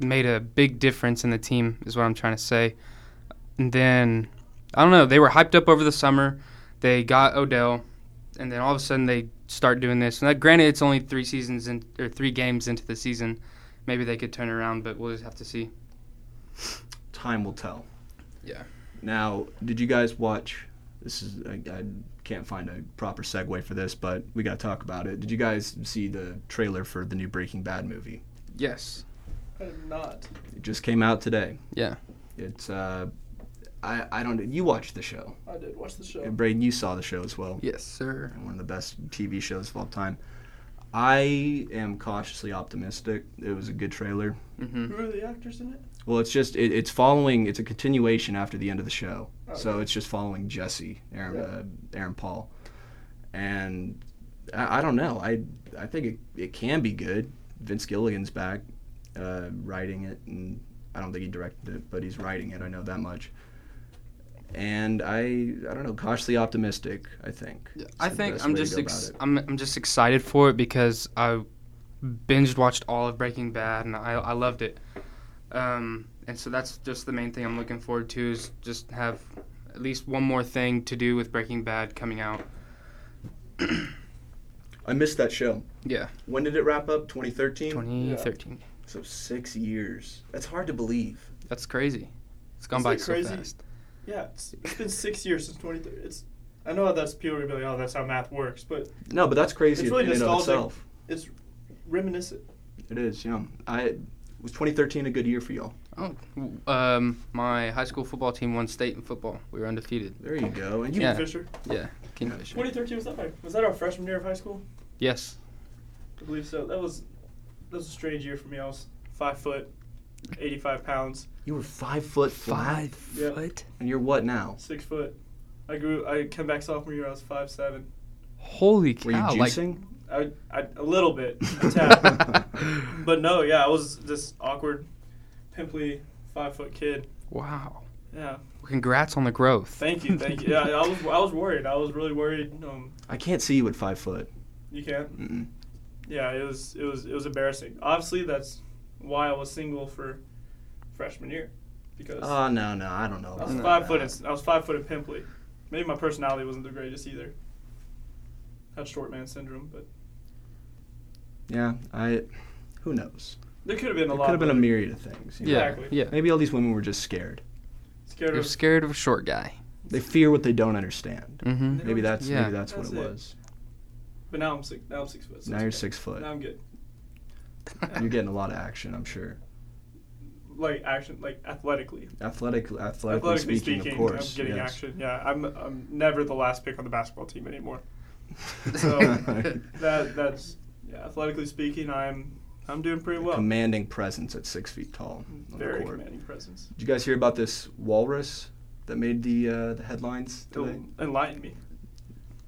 Speaker 2: made a big difference in the team, is what I'm trying to say. And then I don't know. They were hyped up over the summer. They got Odell, and then all of a sudden they start doing this. And that, granted, it's only three seasons in, or three games into the season. Maybe they could turn around, but we'll just have to see.
Speaker 1: Time will tell.
Speaker 2: Yeah.
Speaker 1: Now, did you guys watch? This is I, I can't find a proper segue for this, but we got to talk about it. Did you guys see the trailer for the new Breaking Bad movie?
Speaker 2: Yes.
Speaker 3: I did not.
Speaker 1: It just came out today.
Speaker 2: Yeah.
Speaker 1: It's uh, I I don't. You watched the show,
Speaker 3: I did watch the show.
Speaker 2: Mm.
Speaker 1: and Braden, you saw the show as well.
Speaker 2: Yes, sir.
Speaker 1: one of the best TV shows of all time. I am cautiously optimistic. It was a good trailer.
Speaker 2: Mm-hmm.
Speaker 3: Who are the actors in it?
Speaker 1: Well, it's just it, it's following. It's a continuation after the end of the show, so
Speaker 2: Oh,
Speaker 3: Okay.
Speaker 1: it's just following Jesse, Aaron, uh, Aaron Paul, and I, I don't know. I I think it, it can be good. Vince Gilligan's back, uh, writing it, and I don't think he directed it, but he's writing it. I know that much. And I I don't know, cautiously optimistic. I think. is
Speaker 2: I
Speaker 1: the
Speaker 2: think
Speaker 1: best
Speaker 2: I'm
Speaker 1: way to
Speaker 2: just
Speaker 1: go
Speaker 2: ex-
Speaker 1: about it.
Speaker 2: I'm I'm just excited for it because I binged watched all of Breaking Bad and I I loved it. Um, and so that's just the main thing I'm looking forward to is just have at least one more thing to do with Breaking Bad coming out.
Speaker 1: I missed that show.
Speaker 2: Yeah,
Speaker 1: When did it wrap up? 2013.
Speaker 2: 2013.
Speaker 1: So six years. That's hard to believe.
Speaker 2: That's crazy. It's gone
Speaker 3: Isn't
Speaker 2: by
Speaker 3: it
Speaker 2: so
Speaker 3: crazy?
Speaker 2: fast.
Speaker 3: Yeah, it's, it's been six years since 23. It's. I know that's people are gonna be like, oh, that's how math works, but
Speaker 1: No, but that's crazy
Speaker 3: It's really
Speaker 1: in and of
Speaker 3: nostalgic.
Speaker 1: itself.
Speaker 3: it's reminiscent.
Speaker 1: It is, yeah. I was 2013 a good year for y'all.
Speaker 2: Oh, w- um, my high school football team won state in football. We were undefeated.
Speaker 1: There you go. And you,
Speaker 2: Yeah.
Speaker 3: Fisher.
Speaker 2: Yeah, Kingfisher.
Speaker 3: 2013 was that? Our, was that our freshman year of high school?
Speaker 2: Yes.
Speaker 3: I believe so. That was that was a strange year for me. I was five foot, 85 pounds,
Speaker 1: you were five foot five,
Speaker 3: Yeah.
Speaker 2: foot.
Speaker 1: and you're what now?
Speaker 3: six foot. I grew. I came back sophomore year. I was five seven.
Speaker 2: Holy cow!
Speaker 1: Were you
Speaker 2: like
Speaker 1: juicing?
Speaker 3: I, I a little bit, a tad. but no, yeah, I was this awkward, pimply five foot kid.
Speaker 2: wow.
Speaker 3: Yeah.
Speaker 2: Congrats on the growth.
Speaker 3: Thank you. Thank you. Yeah, I was I was worried. I was really worried. Um,
Speaker 1: I can't see you at five foot.
Speaker 3: you can't.
Speaker 1: Mm-mm.
Speaker 3: Yeah, it was it was it was embarrassing. Obviously, that's why I was single for freshman year because
Speaker 1: Oh no, no, I don't know.
Speaker 3: I was
Speaker 1: about
Speaker 3: five
Speaker 1: that.
Speaker 3: foot. And, I was five foot and pimply. Maybe my personality wasn't the greatest either. Had short man syndrome, but
Speaker 1: Yeah, I. Who knows?
Speaker 3: there could have been a
Speaker 1: It
Speaker 3: lot.
Speaker 1: could have been a
Speaker 3: better.
Speaker 1: myriad of things. you know?
Speaker 2: yeah,
Speaker 3: Exactly.
Speaker 2: yeah.
Speaker 1: Maybe all these women were just scared.
Speaker 3: Scared
Speaker 2: You're
Speaker 3: of
Speaker 2: scared of a short guy.
Speaker 1: They fear what they don't understand.
Speaker 2: Mm-hmm.
Speaker 3: They
Speaker 1: Maybe
Speaker 3: don't-
Speaker 1: that's
Speaker 2: Yeah.
Speaker 1: maybe that's, what
Speaker 3: That's
Speaker 1: it
Speaker 3: it.
Speaker 1: was.
Speaker 3: But now I'm six. Now I'm six foot. so
Speaker 1: Now
Speaker 3: it's
Speaker 1: you're
Speaker 3: okay.
Speaker 1: six foot.
Speaker 3: Now I'm good.
Speaker 1: You're getting a lot of action, I'm sure.
Speaker 3: Like action, like athletically.
Speaker 1: Athletic, athletically,
Speaker 3: Athletically
Speaker 1: speaking,
Speaker 3: speaking,
Speaker 1: of course.
Speaker 3: I'm getting
Speaker 1: yes.
Speaker 3: action. Yeah, I'm. I'm never the last pick on the basketball team anymore. So, That that's yeah. Athletically speaking, I'm I'm doing pretty well.
Speaker 1: commanding presence at six feet tall on
Speaker 3: Very
Speaker 1: the court.
Speaker 3: commanding presence.
Speaker 1: Did you guys hear about this walrus that made the uh, the headlines today?
Speaker 3: Don't enlighten me.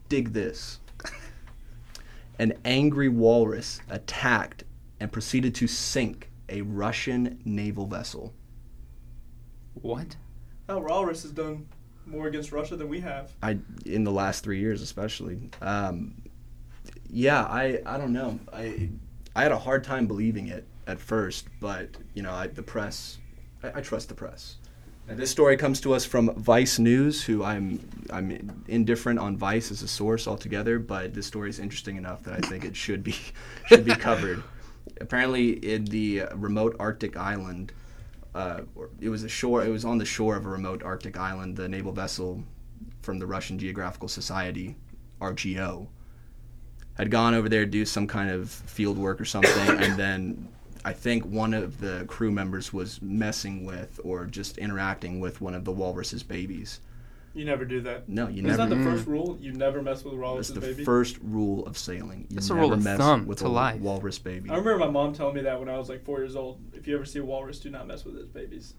Speaker 1: Dig this. An angry walrus attacked and proceeded to sink a Russian naval vessel.
Speaker 2: What?
Speaker 3: Now Walrus has done more against Russia than we have.
Speaker 1: I in the last three years, especially. Um, yeah, I I don't know. I I had a hard time believing it at first, but you know, I, the press. I, I trust the press. Now, this story comes to us from Vice News, who I'm I'm indifferent on Vice as a source altogether, but this story is interesting enough that I think it should be should be covered. Apparently, in the uh, remote Arctic island, uh, or- it was a shore. It was on the shore of a remote Arctic island. The naval vessel from the Russian Geographical Society, RGO, had gone over there to do some kind of field work or something, and then I think one of the crew members was messing with or just interacting with one of the walrus's babies.
Speaker 3: You never do that.
Speaker 1: No, you
Speaker 3: Isn't
Speaker 1: never.
Speaker 3: that the
Speaker 2: Mm.
Speaker 3: first rule? You never mess with
Speaker 1: That's
Speaker 3: Walrus's
Speaker 1: the
Speaker 3: baby.
Speaker 1: first rule of sailing. You
Speaker 2: That's a
Speaker 1: never
Speaker 2: rule of
Speaker 1: mess
Speaker 2: thumb
Speaker 1: with
Speaker 2: to
Speaker 1: a
Speaker 2: life.
Speaker 1: walrus baby.
Speaker 3: I remember my mom telling me that when I was like four years old. If you ever see a walrus, do not mess with its babies.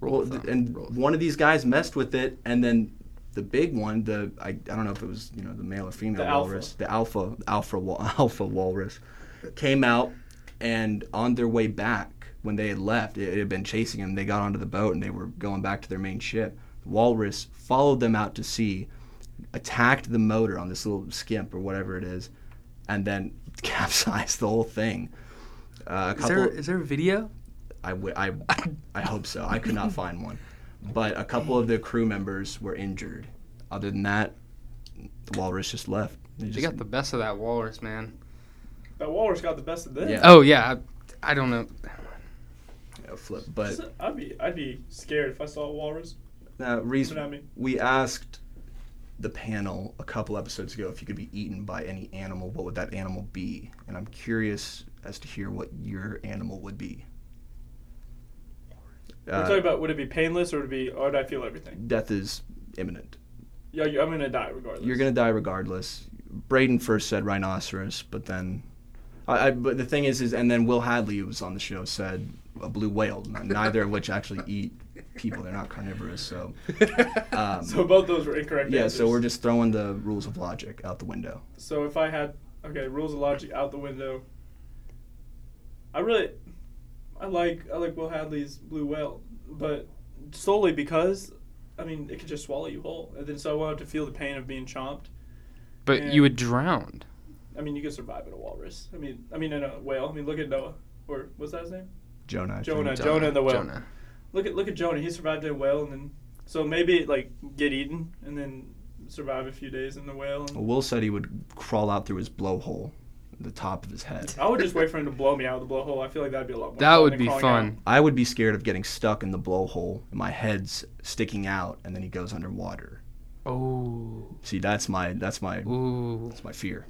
Speaker 1: Well, th- and one of these guys messed with it, and then the big one, the I, I don't know if it was you know the male or female
Speaker 3: The alpha.
Speaker 1: walrus, the alpha alpha wa- alpha walrus, came out, and on their way back when they had left, it, it had been chasing them. They got onto the boat and they were going back to their main ship. The walrus followed them out to sea, attacked the motor on this little skimp or whatever it is, and then capsized the whole thing. Uh, a
Speaker 2: Is there is there a video?
Speaker 1: I, w- I, I hope so. I could not find one. But a couple of the crew members were injured. Other than that, the walrus just left. They
Speaker 2: They
Speaker 1: just,
Speaker 2: got the best of that walrus, man.
Speaker 3: That walrus got the best of them.
Speaker 1: Yeah.
Speaker 2: Oh yeah, I, I don't know.
Speaker 1: uh, flip. But
Speaker 3: I'd be I'd be scared if I saw a walrus.
Speaker 1: uh,
Speaker 3: You know what I
Speaker 1: reason
Speaker 3: mean?
Speaker 1: we asked the panel a couple episodes ago if you could be eaten by any animal, what would that animal be? And I'm curious as to hear what your animal would be.
Speaker 3: We're
Speaker 1: Uh,
Speaker 3: talking about would it be painless or would it be or would I feel everything?
Speaker 1: death is imminent.
Speaker 3: Yeah, you- I'm gonna die regardless.
Speaker 1: You're gonna die regardless. Braden first said rhinoceros, but then, I, I but the thing is, is and then Will Hadley, who was on the show, said a blue whale. n- Neither of which actually eat people. They're not carnivorous. So, um,
Speaker 3: So both those were incorrect.
Speaker 1: yeah. So
Speaker 3: answers.
Speaker 1: we're just throwing the rules of logic out the window.
Speaker 3: So if I had okay rules of logic out the window, I really I like I like Will Hadley's Blue Whale, but solely because I mean it could just swallow you whole, and then so I won't have to feel the pain of being chomped.
Speaker 2: But
Speaker 3: Yeah.
Speaker 2: you would drown.
Speaker 3: I mean you could survive in a walrus. I mean I mean in a whale. I mean look at Noah or what's that his name?
Speaker 1: Jonah. I think.
Speaker 3: Jonah. and the whale. Look at look at Jonah. He survived in a whale, and then so maybe like get eaten and then survive a few days in the whale. And,
Speaker 1: Well, Will said he would crawl out through his blowhole, the top of his head.
Speaker 3: I would just wait for him to blow me out of the blowhole. I feel like that'd be a lot more.
Speaker 2: That
Speaker 3: fun
Speaker 2: would
Speaker 3: than
Speaker 2: be
Speaker 3: crawling out.
Speaker 2: fun.
Speaker 1: I would be scared of getting stuck in the blowhole. and My head's sticking out, and then he goes underwater.
Speaker 2: Oh.
Speaker 1: See, that's my that's my
Speaker 2: Ooh.
Speaker 1: that's my fear.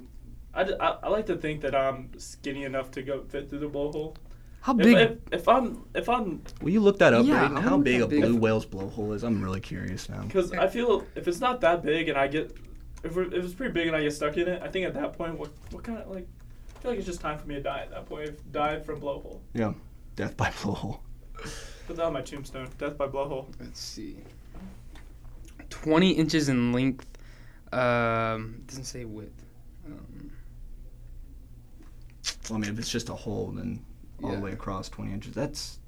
Speaker 3: I, d- I- I like to think that I'm skinny enough to go fit through the blowhole.
Speaker 2: How
Speaker 3: If,
Speaker 2: big?
Speaker 3: if, if I'm if I'm
Speaker 1: Will you look that up,
Speaker 2: Yeah,
Speaker 1: Braden?
Speaker 2: I
Speaker 1: How
Speaker 2: wonder
Speaker 1: big
Speaker 2: how
Speaker 1: a
Speaker 2: big-
Speaker 1: blue whale's blowhole is? I'm really curious now.
Speaker 3: because I feel if it's not that big and I get if, we're, if it's pretty big and I get stuck in it, I think at that point what what kind of like I feel like it's just time for me to die at that point. If die from blowhole.
Speaker 1: Yeah, death by blowhole.
Speaker 3: Put that on my tombstone. Death by blowhole.
Speaker 2: Let's see. 20 inches in length. Um, doesn't say width. Um,
Speaker 1: Well, I mean, if it's just a hole, then all
Speaker 2: Yeah.
Speaker 1: the way across 20 inches. That's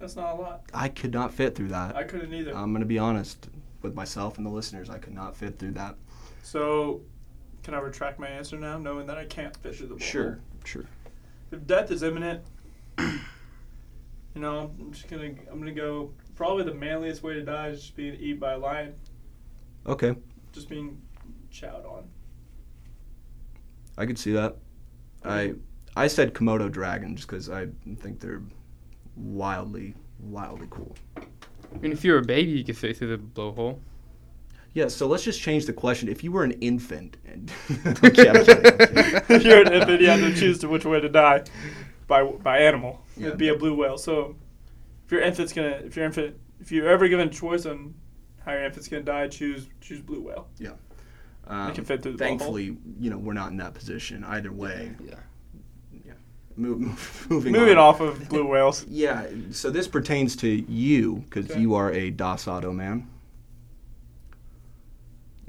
Speaker 3: That's not a lot.
Speaker 1: I could not fit through that. um,
Speaker 3: I couldn't either.
Speaker 1: I'm gonna be honest with myself and the listeners. I could not fit through that.
Speaker 3: so can I retract my answer now, knowing that I can't fit through the blowhole?
Speaker 1: Sure, sure.
Speaker 3: If death is imminent, you know, I'm just gonna I'm gonna go. Probably the manliest way to die is just being eaten by a lion.
Speaker 1: Okay,
Speaker 3: just being chowed on.
Speaker 1: I could see that. I I said Komodo dragon just because I think they're wildly, wildly cool.
Speaker 2: I mean, if you were a baby, you could fit through the blowhole.
Speaker 1: Yeah, so let's just change the question. If you were an infant, and Okay, I'm kidding, I'm kidding.
Speaker 3: if you're an infant, you have to choose to which way to die by by animal.
Speaker 1: Yeah.
Speaker 3: It'd be a blue whale. So if your infant's gonna, if your infant, if you're ever given a choice on how your infant's gonna die, choose choose blue whale.
Speaker 1: Um,
Speaker 3: can fit through the
Speaker 1: thankfully, you know, we're not in that position either way.
Speaker 2: Yeah.
Speaker 1: Mo- moving on.
Speaker 3: Moving off of blue whales.
Speaker 1: Yeah, so this pertains to you because
Speaker 3: Okay.
Speaker 1: you are a DOS Auto man.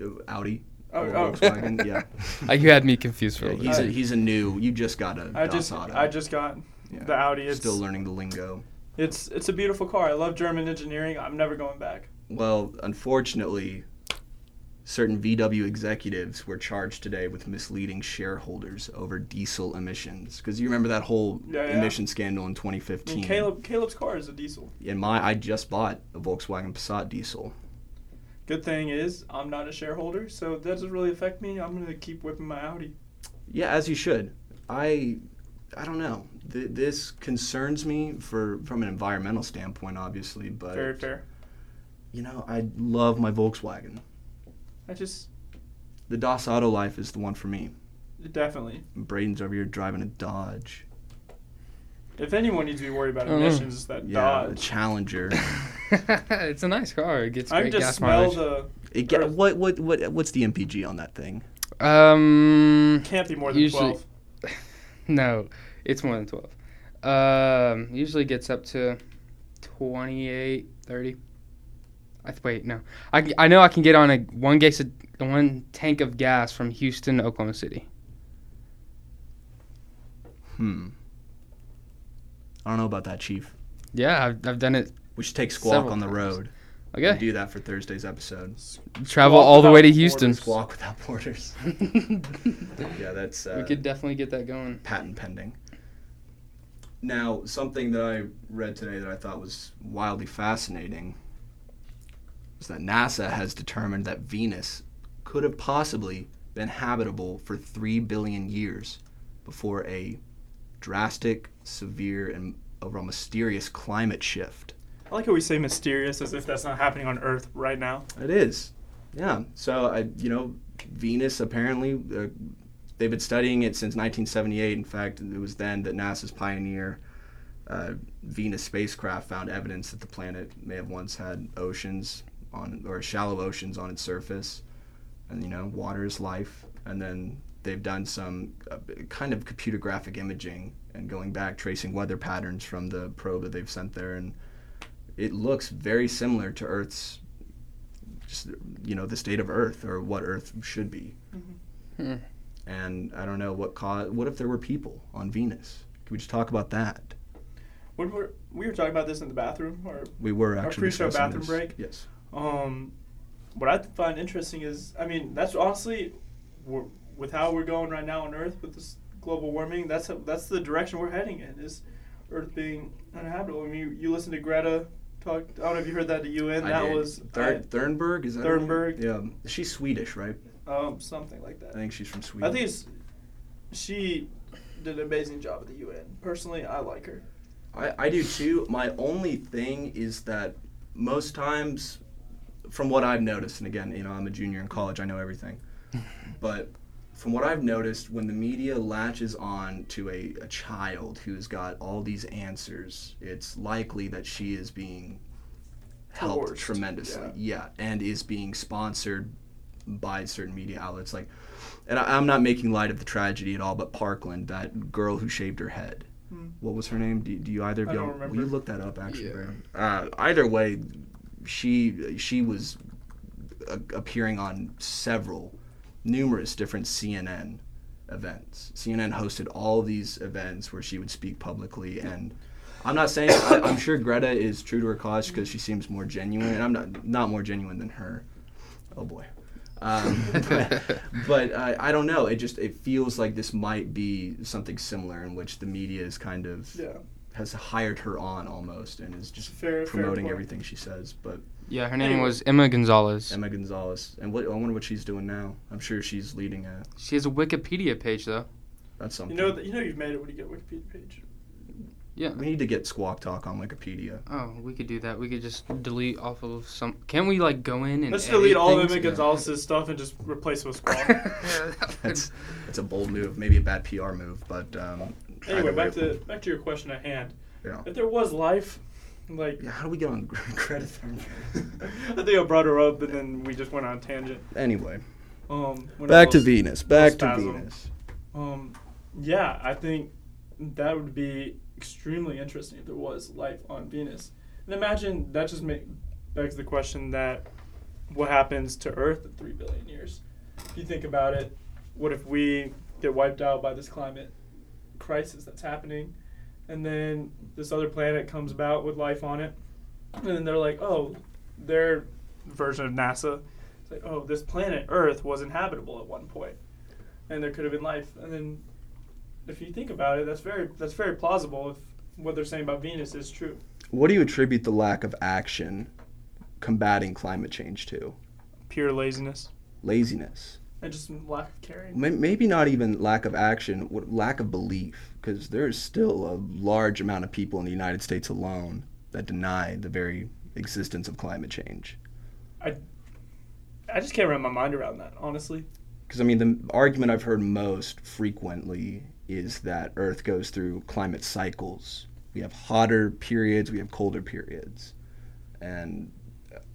Speaker 1: Uh, Audi.
Speaker 3: Oh,
Speaker 1: or
Speaker 3: oh.
Speaker 1: Volkswagen, yeah.
Speaker 2: Uh, you had me confused for
Speaker 1: Yeah,
Speaker 2: a little
Speaker 1: he's, a,
Speaker 2: bit.
Speaker 1: he's a new. You just got a
Speaker 3: I
Speaker 1: DOS
Speaker 3: just
Speaker 1: Auto.
Speaker 3: I just got
Speaker 1: Yeah.
Speaker 3: the Audi. It's
Speaker 1: Still learning the lingo.
Speaker 3: it's it's a beautiful car. I love German engineering. I'm never going back.
Speaker 1: Well, unfortunately, certain VW executives were charged today with misleading shareholders over diesel emissions. Because you remember that whole
Speaker 3: Yeah, yeah.
Speaker 1: emission scandal in
Speaker 3: I
Speaker 1: 2015.
Speaker 3: mean, Caleb Caleb's car is a diesel.
Speaker 1: And my, I just bought a Volkswagen Passat diesel.
Speaker 3: Good thing is I'm not a shareholder, so that doesn't really affect me. I'm gonna keep whipping my Audi.
Speaker 1: Yeah, as you should. I, I don't know. Th- this concerns me for from an environmental standpoint, obviously. But
Speaker 3: Very fair.
Speaker 1: you know, I love my Volkswagen.
Speaker 3: I just
Speaker 1: The DOS Auto life is the one for me.
Speaker 3: definitely.
Speaker 1: Braden's over here driving a Dodge.
Speaker 3: If anyone needs to be worried about
Speaker 2: I don't know.
Speaker 3: emissions, it's that
Speaker 1: Yeah, a
Speaker 3: Dodge.
Speaker 1: Challenger.
Speaker 2: it's a nice car. It gets
Speaker 3: I
Speaker 2: great
Speaker 3: can just
Speaker 2: gas
Speaker 3: smell
Speaker 2: mileage.
Speaker 1: It get,
Speaker 3: Earth.
Speaker 1: what what what what's the MPG on that thing?
Speaker 2: um,
Speaker 3: the can't be more than
Speaker 2: Usually-
Speaker 3: twelve.
Speaker 2: no, it's more than twelve. Um, usually gets up to 28, 30. I th- wait, no. I, c- I know I can get on a one gas one tank of gas from Houston to Oklahoma City.
Speaker 1: Hmm. I don't know about that, Chief.
Speaker 2: Yeah, I've, I've done it.
Speaker 1: We should take Squawk
Speaker 2: Several
Speaker 1: on the
Speaker 2: times.
Speaker 1: road.
Speaker 2: Okay,
Speaker 1: And do that for Thursday's episode.
Speaker 2: travel
Speaker 3: Squawk
Speaker 2: all the way to
Speaker 3: without
Speaker 2: Houston.
Speaker 1: Squawk without borders. yeah, that's uh,
Speaker 2: we could definitely get that going.
Speaker 1: patent pending. Now, something that I read today that I thought was wildly fascinating is that NASA has determined that Venus could have possibly been habitable for 3 billion years before a drastic, severe, and overall mysterious climate shift.
Speaker 3: I like how we say mysterious as if that's not happening on Earth right now.
Speaker 1: It is. Yeah. So, I, you know, Venus apparently, uh, they've been studying it since 1978. In fact, it was then that NASA's pioneer uh, Venus spacecraft found evidence that the planet may have once had oceans on, or shallow oceans on its surface. And, you know, water is life. And then they've done some uh, kind of computer graphic imaging and going back, tracing weather patterns from the probe that they've sent there. And it looks very similar to Earth's just you know the state of Earth or what Earth should be.
Speaker 2: Hmm.
Speaker 1: And I don't know what caused. What if there were people on Venus? Can we just talk about that?
Speaker 3: When we're, we were talking about this in the bathroom, or
Speaker 1: We were actually
Speaker 3: pre-show
Speaker 1: discussing
Speaker 3: bathroom
Speaker 1: this.
Speaker 3: break?
Speaker 1: Yes.
Speaker 3: um, what I find interesting is, I mean, that's honestly, we're, with how we're going right now on Earth with this global warming, that's that's the direction we're heading in is Earth being uninhabitable. I mean, you, you listen to Greta talk. I don't know if you heard that at UN.
Speaker 1: I
Speaker 3: that
Speaker 1: did.
Speaker 3: was
Speaker 1: Thir- Thurnberg. Is that her name?
Speaker 3: Thurnberg.
Speaker 1: Yeah, she's Swedish, right?
Speaker 3: I- um, something like that.
Speaker 1: I think she's from Sweden.
Speaker 3: I think it's, she did an amazing job at the UN. Personally, I like her.
Speaker 1: I, I do too. My only thing is that most times, from what I've noticed, and again, you know, I'm a junior in college, I know everything, but from what I've noticed, when the media latches on to a, a child who's got all these answers, it's likely that she is being helped
Speaker 3: Coerced,
Speaker 1: tremendously. Yeah. and is being sponsored by certain media outlets. Like, and I, I'm not making light of the tragedy at all, but Parkland, that girl who shaved her head what was her name? Do, do you either of
Speaker 3: Hmm. I
Speaker 1: you?
Speaker 3: don't
Speaker 1: Will
Speaker 3: remember.
Speaker 1: you look that up actually?
Speaker 2: Yeah.
Speaker 1: Brandon? Uh, either way, she she was a- appearing on several, numerous different CNN events. CNN hosted all these events where she would speak publicly, and I'm not saying I, I'm sure Greta is true to her cause
Speaker 3: Hmm.
Speaker 1: because she seems more genuine, and I'm not not more genuine than her. Oh boy. Um, but but uh, I don't know. It just it feels like this might be something similar in which the media is kind of
Speaker 3: Yeah.
Speaker 1: has hired her on almost and is just
Speaker 3: Fair- fair
Speaker 1: promoting
Speaker 3: point.
Speaker 1: everything she says. But
Speaker 2: Yeah, her name
Speaker 3: Anyway.
Speaker 2: was Emma Gonzalez.
Speaker 1: Emma Gonzalez and what I wonder what she's doing now. I'm sure she's leading a
Speaker 2: She has a Wikipedia page though.
Speaker 1: that's
Speaker 3: You
Speaker 1: something.
Speaker 3: know that you know you've made it when you get a Wikipedia page.
Speaker 2: Yeah.
Speaker 1: We need to get Squawk Talk on Wikipedia.
Speaker 2: Oh, we could do that. We could just delete off of some. Can we like go in and
Speaker 3: Let's
Speaker 2: edit
Speaker 3: delete all of
Speaker 2: things?
Speaker 3: Emmett Gonzalez's stuff and just replace it with Squawk.
Speaker 2: Yeah, that would-
Speaker 1: That's that's a bold move, maybe a bad PR move, but um,
Speaker 3: anyway,
Speaker 1: either
Speaker 3: back
Speaker 1: way,
Speaker 3: to back to your question at hand.
Speaker 1: yeah.
Speaker 3: If there was life, like
Speaker 1: Yeah, how do we get on credit? for-
Speaker 3: I think I brought her up, and then we just went on a tangent.
Speaker 1: anyway,
Speaker 3: Um, when
Speaker 1: back
Speaker 3: I
Speaker 1: to
Speaker 3: was-
Speaker 1: Venus. Back to
Speaker 3: spasm.
Speaker 1: Venus.
Speaker 3: Um, yeah, I think that would be extremely interesting if there was life on Venus. And imagine that just make, begs the question that what happens to Earth in three billion years? If you think about it, what if we get wiped out by this climate crisis that's happening, and then this other planet comes about with life on it, and then they're like, oh, their version of NASA, it's like, oh, this planet Earth was inhabitable at one point and there could have been life. And then, if you think about it, that's very that's very plausible if what they're saying about Venus is true.
Speaker 1: What do you attribute the lack of action combating climate change to?
Speaker 3: Pure laziness
Speaker 1: Laziness.
Speaker 3: and just lack of caring.
Speaker 1: May- Maybe not even lack of action, what- lack of belief, because there is still a large amount of people in the United States alone that deny the very existence of climate change.
Speaker 3: I just can't wrap my mind around that, honestly.
Speaker 1: Because I mean, the argument I've heard most frequently is that Earth goes through climate cycles. We have hotter periods, we have colder periods, and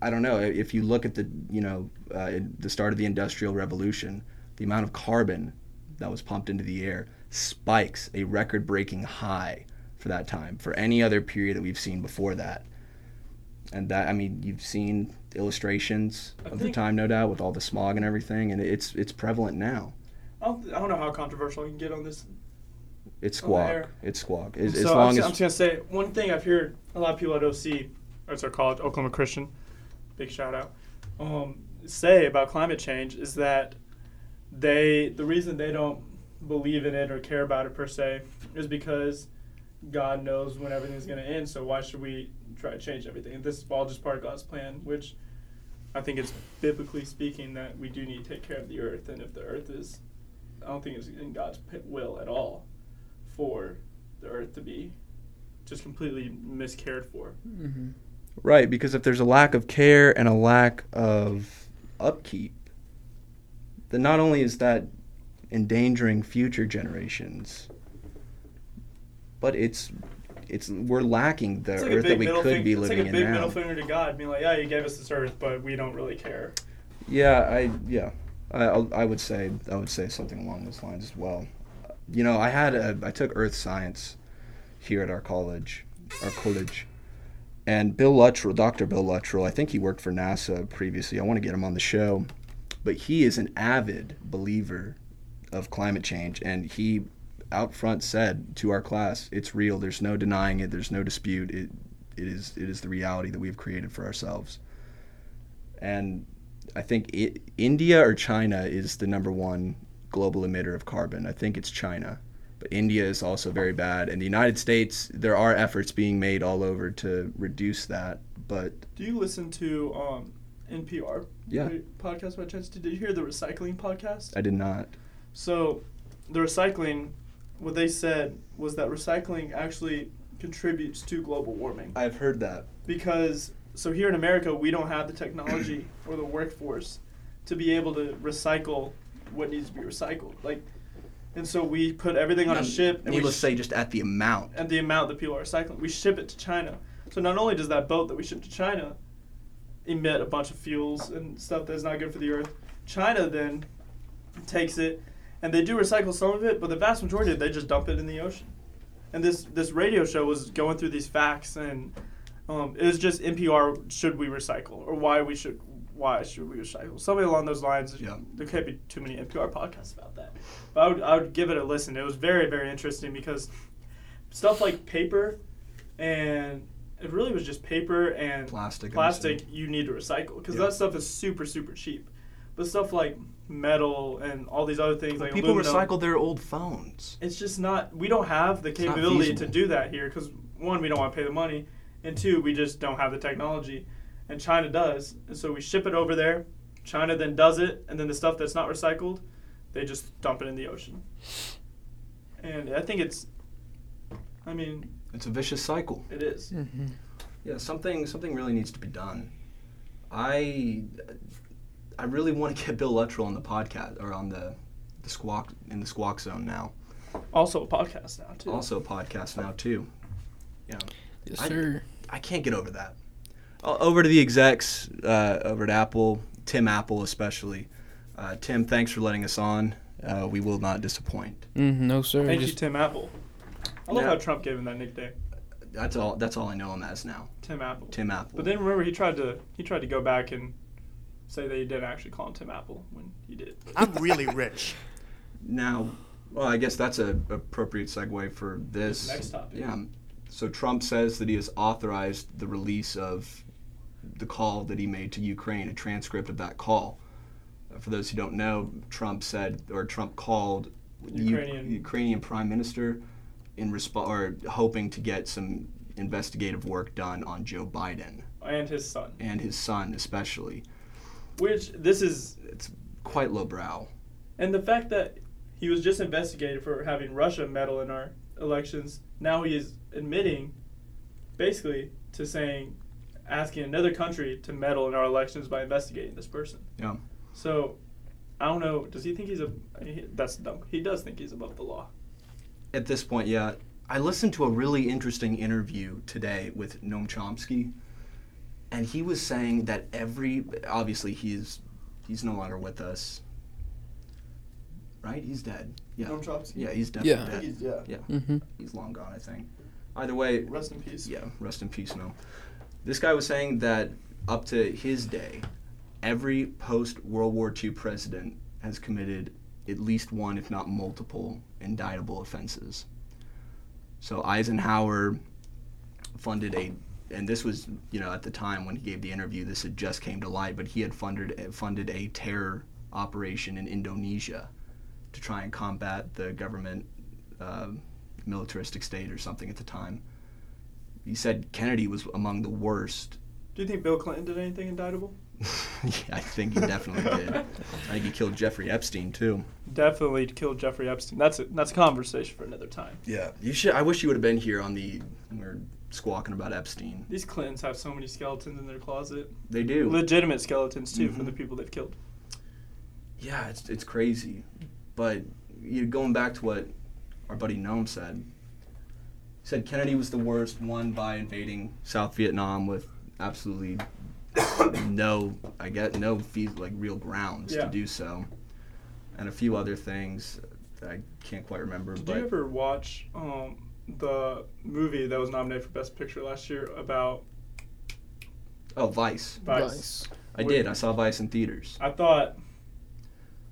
Speaker 1: I don't know if you look at the you know uh, in the start of the Industrial Revolution, the amount of carbon that was pumped into the air spikes a record-breaking high for that time for any other period that we've seen before that. And that I mean, you've seen illustrations
Speaker 3: I
Speaker 1: of the
Speaker 3: think-
Speaker 1: time, no doubt, with all the smog and everything, and it's it's prevalent now.
Speaker 3: I don't, I don't know how controversial I can get on this.
Speaker 1: It's
Speaker 3: Oh,
Speaker 1: squawk.
Speaker 3: there.
Speaker 1: it's squawk. As, as
Speaker 3: so I'm,
Speaker 1: long
Speaker 3: just-
Speaker 1: as
Speaker 3: I'm just gonna say one thing I've heard a lot of people at OC, or it's our college, Oklahoma Christian, big shout out, um, say about climate change is that they the reason they don't believe in it or care about it per se is because God knows when everything's gonna end. So why should we try to change everything? This is all just part of God's plan, which I think it's biblically speaking that we do need to take care of the earth, and if the earth is, I don't think it's in God's p- will at all for the earth to be just completely miscared for.
Speaker 2: Mm-hmm.
Speaker 1: right, because if there's a lack of care and a lack of upkeep, then not only is that endangering future generations, but it's it's we're lacking the
Speaker 3: It's like a
Speaker 1: earth
Speaker 3: big
Speaker 1: that we
Speaker 3: middle
Speaker 1: could
Speaker 3: fing-
Speaker 1: be
Speaker 3: it's like
Speaker 1: living
Speaker 3: a
Speaker 1: in
Speaker 3: big
Speaker 1: now.
Speaker 3: middle finger to God, being like, "Yeah, you gave us this earth, but we don't really care."
Speaker 1: Yeah, I yeah, I I'll- I would say I would say something along those lines as well. You know, I had a I took earth science here at our college, our college, and Bill Luttrell, Dr. Bill Luttrell, I think he worked for NASA previously. I want to get him on the show, but he is an avid believer of climate change, and he out front said to our class, "It's real. There's no denying it. There's no dispute. It it is it is the reality that we've created for ourselves." And I think I India or China is the number one global emitter of carbon. I think it's China, but India is also very bad. And the United States, there are efforts being made all over to reduce that, but
Speaker 3: Do you listen to um, NPR?
Speaker 1: Yeah.
Speaker 3: Podcast by chance? Did you hear the recycling podcast?
Speaker 1: I did not.
Speaker 3: So, the recycling, what they said was that recycling actually contributes to global warming
Speaker 1: I've heard that.
Speaker 3: because so here in America we don't have the technology or the workforce to be able to recycle what needs to be recycled. Like, and so we put everything on a ship and we
Speaker 1: Needless to say, just at the amount.
Speaker 3: and the amount that people are recycling. We ship it to China. So not only does that boat that we ship to China emit a bunch of fuels and stuff that's not good for the earth, China then takes it and they do recycle some of it, but the vast majority of it, they just dump it in the ocean. And this this radio show was going through these facts and um, it was just NPR should we recycle or why we should why should we recycle something along those lines.
Speaker 1: Yeah.
Speaker 3: There can't be too many NPR podcasts about that, but I would I would give it a listen. It was very very interesting because stuff like paper and it really was just paper and
Speaker 1: Plastic, I'm
Speaker 3: plastic you need to recycle because
Speaker 1: Yeah.
Speaker 3: that stuff is super super cheap but stuff like metal and all these other things like
Speaker 1: People
Speaker 3: aluminum,
Speaker 1: recycle their old phones.
Speaker 3: it's just not we don't have the
Speaker 1: not
Speaker 3: capability to
Speaker 1: feasible.
Speaker 3: do that here because one we don't want to pay the money and two we just don't have the technology and china does and so we ship it over there china then does it and then the stuff that's not recycled they just dump it in the ocean and i think it's i mean
Speaker 1: It's a vicious cycle.
Speaker 3: It is.
Speaker 4: Mm-hmm.
Speaker 1: Yeah, something something really needs to be done. I I really want to get Bill Luttrell on the podcast or on the the squawk in the squawk zone now.
Speaker 3: Also a podcast now too.
Speaker 1: Also a podcast now too.
Speaker 4: Yes,
Speaker 1: I-
Speaker 4: sir.
Speaker 1: I can't get over that. O- Over to the execs, uh, over to Apple, Tim Apple especially. Uh, Tim, thanks for letting us on. Uh, we will not disappoint.
Speaker 4: Mm,
Speaker 2: Mm-hmm.
Speaker 4: no, sir.
Speaker 3: Thank you,
Speaker 4: Just-
Speaker 3: Tim Apple. I love
Speaker 1: Yeah.
Speaker 3: how Trump gave him that nickname,
Speaker 1: That's all. That's all I know him as now.
Speaker 3: Tim Apple.
Speaker 1: Tim Apple.
Speaker 3: But then remember, he tried to he tried to go back and say that he didn't actually call him Tim Apple when he did.
Speaker 5: I'm really rich.
Speaker 1: Now, well, I guess that's a appropriate segue for this.
Speaker 3: Next topic.
Speaker 1: Yeah. So Trump says that he has authorized the release of the call that he made to Ukraine, a transcript of that call. Uh, For those who don't know, Trump said or Trump called U-
Speaker 3: Ukrainian-
Speaker 1: Ukrainian Prime Minister in response or hoping to get some investigative work done on Joe Biden
Speaker 3: And his son,
Speaker 1: and his son especially.
Speaker 3: which this is,
Speaker 1: It's quite lowbrow.
Speaker 3: and the fact that he was just investigated for having Russia meddle in our elections. Now he is admitting, basically, to saying, asking another country to meddle in our elections by investigating this person.
Speaker 1: Yeah.
Speaker 3: So, I don't know. Does he think he's a? he- That's dumb. He does think he's above the law.
Speaker 1: at this point, yeah. I listened to a really interesting interview today with Noam Chomsky, and he was saying that every obviously he's he's no longer with us, right? He's dead. Yeah,
Speaker 3: Noam Chomsky?
Speaker 1: Yeah, he's definitely
Speaker 4: Yeah.
Speaker 1: dead. He's,
Speaker 3: yeah.
Speaker 2: Mm-hmm.
Speaker 4: Mhm.
Speaker 1: long gone, I think. Either way,
Speaker 3: Rest in peace.
Speaker 1: yeah, rest in peace, Noam. This guy was saying that up to his day, every post World War II president has committed at least one, if not multiple, indictable offenses. So Eisenhower funded a, and this was you know at the time when he gave the interview, this had just came to light, but he had funded funded a terror operation in Indonesia to try and combat the government uh, militaristic state or something at the time. He said Kennedy was among the worst.
Speaker 3: Do you think Bill Clinton did anything indictable?
Speaker 1: I think he definitely did. I think he killed Jeffrey Epstein too.
Speaker 3: Definitely killed Jeffrey Epstein. That's a, that's a conversation for another time.
Speaker 1: Yeah, you should. I wish you would have been here on the when we were squawking about Epstein.
Speaker 3: These Clintons have so many skeletons in their closet.
Speaker 1: They do.
Speaker 3: Legitimate skeletons too from
Speaker 1: Mhm.
Speaker 3: the people they've killed.
Speaker 1: Yeah, it's it's crazy, but you going back to what our buddy Noam said. He said Kennedy was the worst one by invading South Vietnam with absolutely no, I get no fee- like real grounds
Speaker 3: Yeah.
Speaker 1: to do so, and a few other things that I can't quite remember.
Speaker 3: Did
Speaker 1: but
Speaker 3: you ever watch um, the movie that was nominated for Best Picture last year about
Speaker 1: oh, Vice.
Speaker 3: Vice?
Speaker 4: Nice.
Speaker 1: I did. I saw Vice in theaters.
Speaker 3: I thought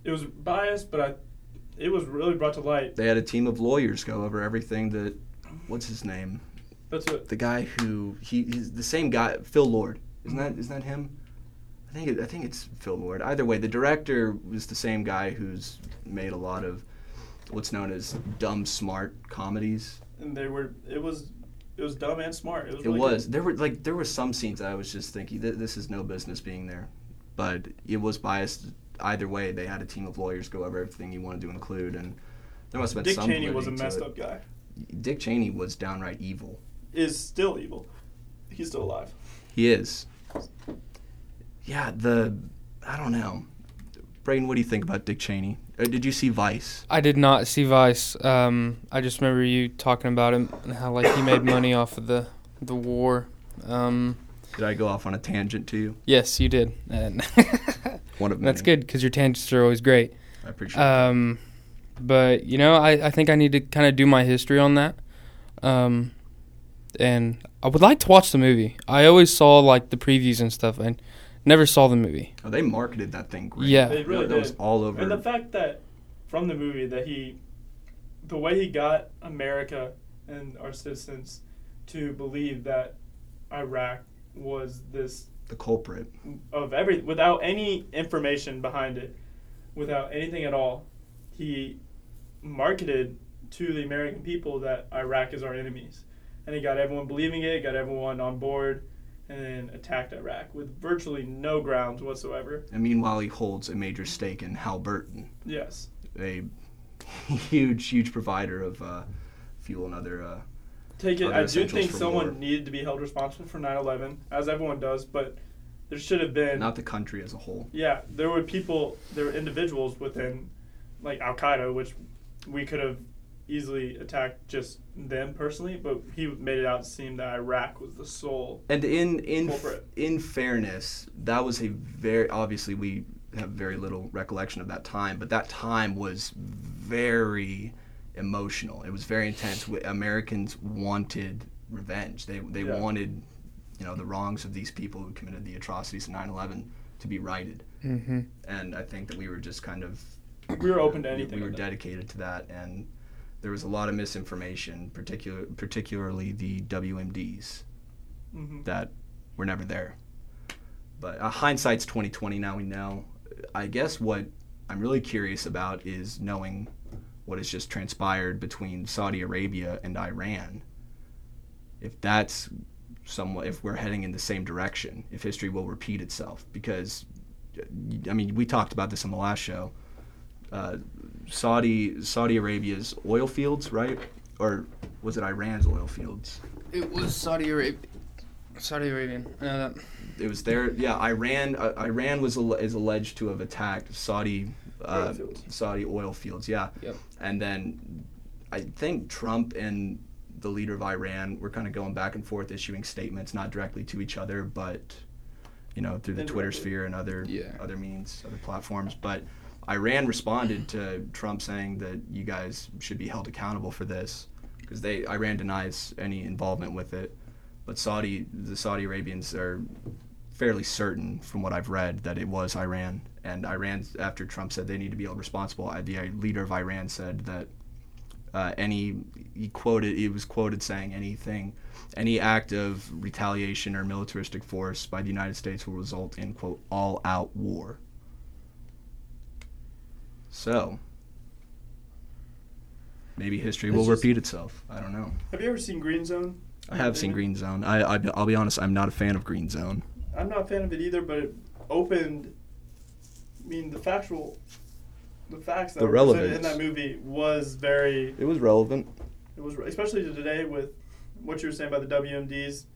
Speaker 3: it was biased, but I it was really brought to light.
Speaker 1: They had a team of lawyers go over everything that. What's his name?
Speaker 3: That's what
Speaker 1: the guy who he, he's the same guy Phil Lord isn't that isn't that him I think it, I think it's Phil Lord either way the director was the same guy who's made a lot of what's known as dumb smart comedies
Speaker 3: and they were. It was it was dumb and smart. It was.
Speaker 1: it
Speaker 3: Really
Speaker 1: was
Speaker 3: good.
Speaker 1: there were like there were some scenes that I was just thinking "Th- this is no business being there but it was biased either way they had a team of lawyers go over everything you wanted to include and there must have been
Speaker 3: Dick
Speaker 1: some
Speaker 3: Cheney was a
Speaker 1: validity to
Speaker 3: messed
Speaker 1: it.
Speaker 3: up guy.
Speaker 1: Dick Cheney was downright evil
Speaker 3: Is still evil. He's still alive.
Speaker 1: He is. Yeah, the I don't know. Brayden, what do you think about Dick Cheney? Uh did you see Vice?
Speaker 2: I did not see Vice. Um, I just remember you talking about him and how like he made money off of the the war. Um,
Speaker 1: Did I go off on a tangent to you?
Speaker 2: yes, you did, and
Speaker 1: One of
Speaker 3: Mm-hmm.
Speaker 2: that's
Speaker 1: many.
Speaker 2: good because your tangents are always great.
Speaker 1: I appreciate it.
Speaker 2: Um, but you know, I, I think I need to kind of do my history on that. Um, and I would like to watch the movie. I always saw like the previews and stuff, and never saw the movie.
Speaker 1: Oh, they marketed that thing great.
Speaker 2: Yeah.
Speaker 3: They really
Speaker 1: that was
Speaker 3: did.
Speaker 1: all over.
Speaker 3: And the fact that from the movie that he, the way he got America and our citizens to believe that Iraq was this
Speaker 1: the culprit.
Speaker 3: of every without any information behind it, without anything at all, he marketed to the American people that Iraq is our enemies, and he got everyone believing it, got everyone on board, and then attacked Iraq with virtually no grounds whatsoever.
Speaker 1: And meanwhile, he holds a major stake in Halberton,
Speaker 3: Yes.
Speaker 1: a huge, huge provider of uh, fuel and other uh,
Speaker 3: take it.
Speaker 1: Target
Speaker 3: I do
Speaker 1: essentials
Speaker 3: think
Speaker 1: for
Speaker 3: someone
Speaker 1: war.
Speaker 3: needed to be held responsible for 9/11, as everyone does. But there should have been.
Speaker 1: not the country as a whole.
Speaker 3: yeah, there were people, there were individuals within, like Al Qaeda, which we could have easily attacked just them personally. But he made it out to seem that Iraq was the sole.
Speaker 1: And in in
Speaker 3: Corporate.
Speaker 1: in fairness, that was a very obviously we have very little recollection of that time, but that time was very emotional. It was very intense. Wi- Americans wanted revenge. They they
Speaker 3: Yeah.
Speaker 1: wanted you know the wrongs of these people who committed the atrocities of 9/11 to be righted.
Speaker 2: Mm-hmm.
Speaker 1: And I think that we were just kind of
Speaker 3: We were open to
Speaker 1: we-
Speaker 3: anything.
Speaker 1: We were
Speaker 3: with that.
Speaker 1: dedicated to that and there was a lot of misinformation, particular particularly the WMDs
Speaker 3: Mhm.
Speaker 1: that were never there. But uh, hindsight's twenty twenty. Now we know. I guess what I'm really curious about is knowing what has just transpired between Saudi Arabia and Iran. If that's somewhat, if we're heading in the same direction, if history will repeat itself, because uh, I mean, we talked about this on the last show. Uh, Saudi Saudi Arabia's oil fields, right? Or was it Iran's oil fields?
Speaker 2: It was Saudi Arabia. Saudi Arabian. I know that.
Speaker 1: it was there. Yeah, Iran. Uh, Iran was al- is alleged to have attacked Saudi uh,
Speaker 3: Oil fields.
Speaker 1: Saudi oil fields. Yeah.
Speaker 2: Yep.
Speaker 1: And then I think Trump and the leader of Iran were kind of going back and forth, issuing statements not directly to each other, but you know through the Twitter
Speaker 3: Indirectly.
Speaker 1: sphere and other
Speaker 2: Yeah.
Speaker 1: other means, other platforms. But Iran responded to Trump saying that you guys should be held accountable for this because they Iran denies any involvement with it. But Saudi, the Saudi Arabians are fairly certain, from what I've read, that it was Iran. And Iran, after Trump said they need to be held responsible, I- the uh, leader of Iran said that uh, any he quoted he was quoted saying anything, any act of retaliation or militaristic force by the United States will result in quote all out war. So maybe history
Speaker 3: It's
Speaker 1: will
Speaker 3: just-
Speaker 1: repeat itself. I don't know.
Speaker 3: Have you ever seen Green Zone?
Speaker 1: I have seen Green Zone. I, I I'll be honest. I'm not a fan of Green Zone.
Speaker 3: I'm not a fan of it either, but it opened. I mean, the factual, the facts that
Speaker 1: The
Speaker 3: were presented in
Speaker 1: relevance.
Speaker 3: that movie was very.
Speaker 1: It was relevant.
Speaker 3: It was especially to today with what you were saying about the WMDs,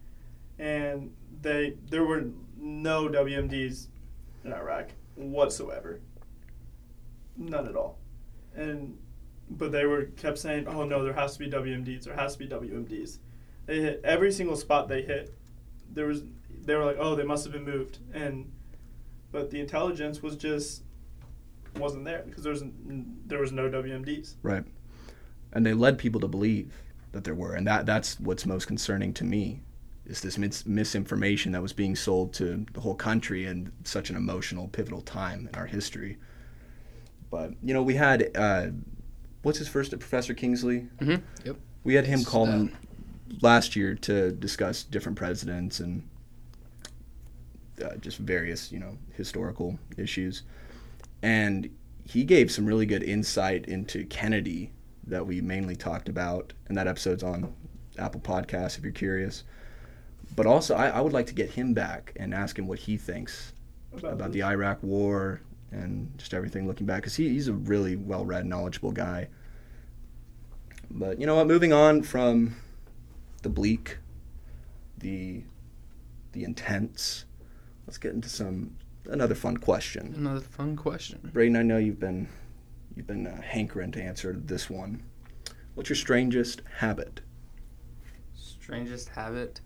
Speaker 3: and they there were no WMDs in Iraq whatsoever. None at all, and but they were kept saying, "Oh no, there has to be WMDs. There has to be WMDs." They hit every single spot they hit. There was they were like, "Oh, they must have been moved," and but the intelligence was just wasn't there because there was n- there was no WMDs.
Speaker 1: Right. And they led people to believe that there were. And that, that's what's most concerning to me is this mis- misinformation that was being sold to the whole country in such an emotional, pivotal time in our history. But, you know, we had, uh, what's his first, Professor Kingsley?
Speaker 2: Mm-hmm. Yep.
Speaker 1: We had him
Speaker 4: It's,
Speaker 1: call
Speaker 4: uh,
Speaker 1: last year to discuss different presidents and uh, just various, you know, historical issues. And he gave some really good insight into Kennedy that we mainly talked about, and that episode's on Apple Podcasts if you're curious. But also, I, I would like to get him back and ask him what he thinks about the Iraq War and just everything looking back because he, he's a really well read, knowledgeable guy. But you know what? Moving on from the bleak, the the intense, let's get into some another fun question.
Speaker 2: Another fun question.
Speaker 1: Braden, I know you've been you've been uh, hankering to answer this one. What's your strangest habit?
Speaker 2: Strangest habit.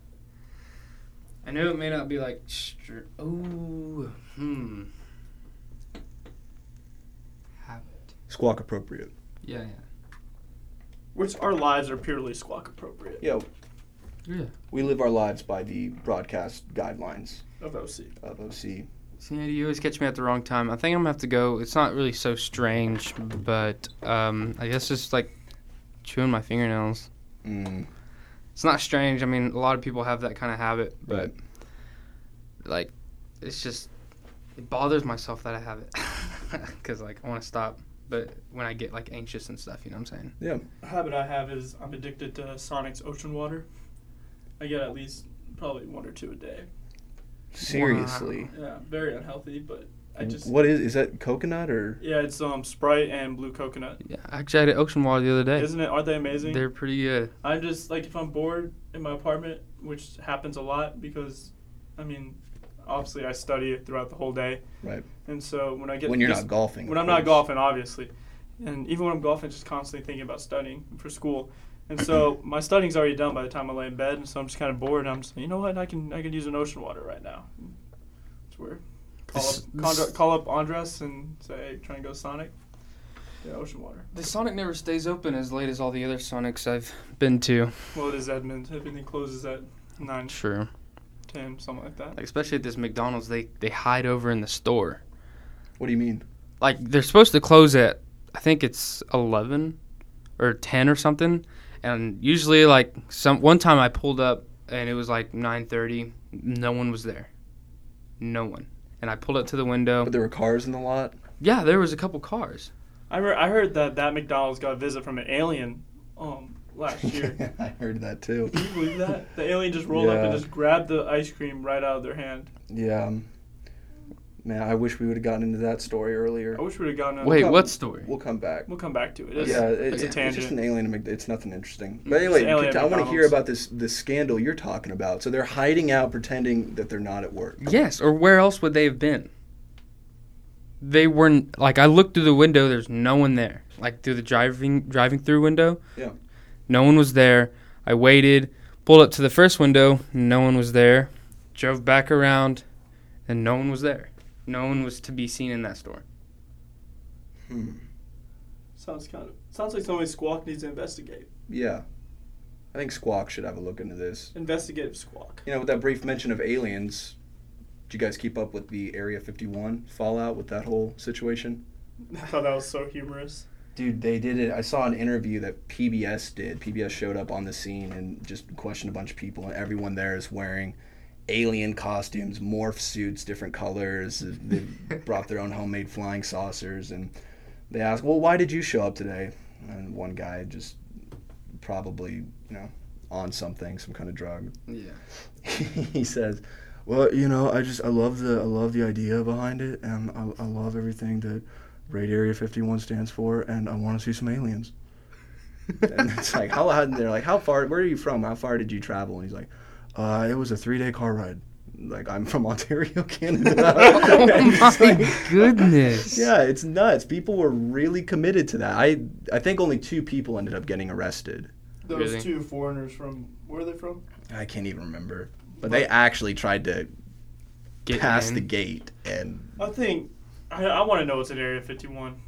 Speaker 2: I know it may not be like. Str- oh. Hmm. Habit.
Speaker 1: Squawk appropriate.
Speaker 2: Yeah.
Speaker 3: Which our lives are purely squawk appropriate
Speaker 1: Yeah,
Speaker 2: Yeah. Yeah.
Speaker 1: we live our lives by the broadcast guidelines
Speaker 3: of OC.
Speaker 1: of OC.
Speaker 2: See, Andy, you always catch me at the wrong time. I think I'm gonna have to go. It's not really so strange, but um, I guess just like chewing my fingernails.
Speaker 1: Mm,
Speaker 2: It's not strange. I mean, a lot of people have that kind of habit, but like, it's just it bothers myself that I have it because like I want to stop, but when I get like anxious and stuff, you know what I'm saying?
Speaker 3: A habit I have is I'm addicted to Sonic's ocean water. I get at least probably one or two a day.
Speaker 1: seriously.
Speaker 3: Yeah, very unhealthy, but I just
Speaker 1: what is is that coconut or
Speaker 3: yeah, it's um Sprite and blue coconut.
Speaker 2: Yeah, actually, I had an ocean water the other day.
Speaker 3: Isn't it? Aren't they amazing?
Speaker 2: They're pretty good.
Speaker 3: I'm just like if I'm bored in my apartment, which happens a lot because, I mean, obviously I study throughout the whole day,
Speaker 1: right?
Speaker 3: and so when I get
Speaker 1: When you're
Speaker 3: just-
Speaker 1: not golfing.
Speaker 3: when
Speaker 1: of
Speaker 3: I'm not
Speaker 1: course.
Speaker 3: golfing, obviously, and even when I'm golfing, just constantly thinking about studying for school. And so my studying's already done by the time I lay in bed, and so I'm just kind of bored. And I'm just, you know what? I can I can use an ocean water right now. It's weird. Call
Speaker 2: This-
Speaker 3: up,
Speaker 2: this-
Speaker 3: Condra- call up Andres and say, hey, try and go Sonic. Yeah, ocean water.
Speaker 2: The Sonic never stays open as late as all the other Sonics I've been to.
Speaker 3: Well, it is Edmund. Everything closes at nine,
Speaker 2: True.
Speaker 3: ten, something like that.
Speaker 2: Like, especially at this McDonald's, they, they hide over in the store.
Speaker 1: What do you mean?
Speaker 2: Like, they're supposed to close at, I think it's 11 or 10 or something. And usually, like, some one time I pulled up and it was like 9.30. No one was there. No one. And I pulled up to the window.
Speaker 1: But there were cars in the lot.
Speaker 2: Yeah, there was a couple cars.
Speaker 3: I, re- I heard that that McDonald's got a visit from an alien um, last year.
Speaker 1: I heard that too.
Speaker 3: Can you believe that? The alien just rolled up and
Speaker 1: Yeah.
Speaker 3: just grabbed the ice cream right out of their hand.
Speaker 1: Yeah. um, Man, I wish we would have gotten into that story earlier.
Speaker 3: I wish we'd have gotten on.
Speaker 2: Wait,
Speaker 1: come-
Speaker 2: what story?
Speaker 1: We'll come back.
Speaker 3: We'll come back to it. It's,
Speaker 1: yeah,
Speaker 3: yeah,
Speaker 1: it-
Speaker 3: it's a
Speaker 1: It's just
Speaker 3: tangent.
Speaker 1: an alien. to make- It's nothing interesting. But anyway,
Speaker 3: an alien
Speaker 1: continue- I want to hear
Speaker 3: McDonald's.
Speaker 1: about this this scandal you're talking about. So they're hiding out, pretending that they're not at work.
Speaker 2: Yes, or where else would they have been? They weren't like I looked through the window. There's no one there. Like through the driving driving through window.
Speaker 1: Yeah.
Speaker 2: No one was there. I waited, pulled up to the first window. No one was there. Drove back around, and no one was there. No one was to be seen in that store.
Speaker 1: Hmm.
Speaker 3: sounds kind of sounds like somebody Squawk needs to investigate.
Speaker 1: Yeah, I think Squawk should have a look into this.
Speaker 3: Investigative Squawk.
Speaker 1: You know, with that brief mention of aliens, did you guys keep up with the Area 51 fallout with that whole situation?
Speaker 3: I thought that was so humorous.
Speaker 1: Dude, they did it. I saw an interview that PBS did. PBS showed up on the scene and just questioned a bunch of people, and everyone there is wearing alien costumes, morph suits, different colors. They brought their own homemade flying saucers, and they asked, "Well, why did you show up today?" And one guy just probably, you know, on something, some kind of drug,
Speaker 2: Yeah.
Speaker 1: he says, "Well, you know, I just I love the I love the idea behind it, and I, I love everything that Raid Area 51 stands for, and I want to see some aliens." and it's like how how- they're like how far where are you from? How far did you travel? And he's like, uh, "It was a three day car ride." Like I'm from Ontario, Canada.
Speaker 2: oh
Speaker 1: And it's
Speaker 2: my
Speaker 1: like-
Speaker 2: goodness.
Speaker 1: yeah, it's nuts. People were really committed to that. I I think only two people ended up getting arrested.
Speaker 3: Those
Speaker 2: Really?
Speaker 3: two foreigners from where are they from?
Speaker 1: I can't even remember. But they actually tried to
Speaker 2: Get
Speaker 1: pass
Speaker 2: in.
Speaker 1: the gate and
Speaker 3: I think I, I want to know what's at Area 51.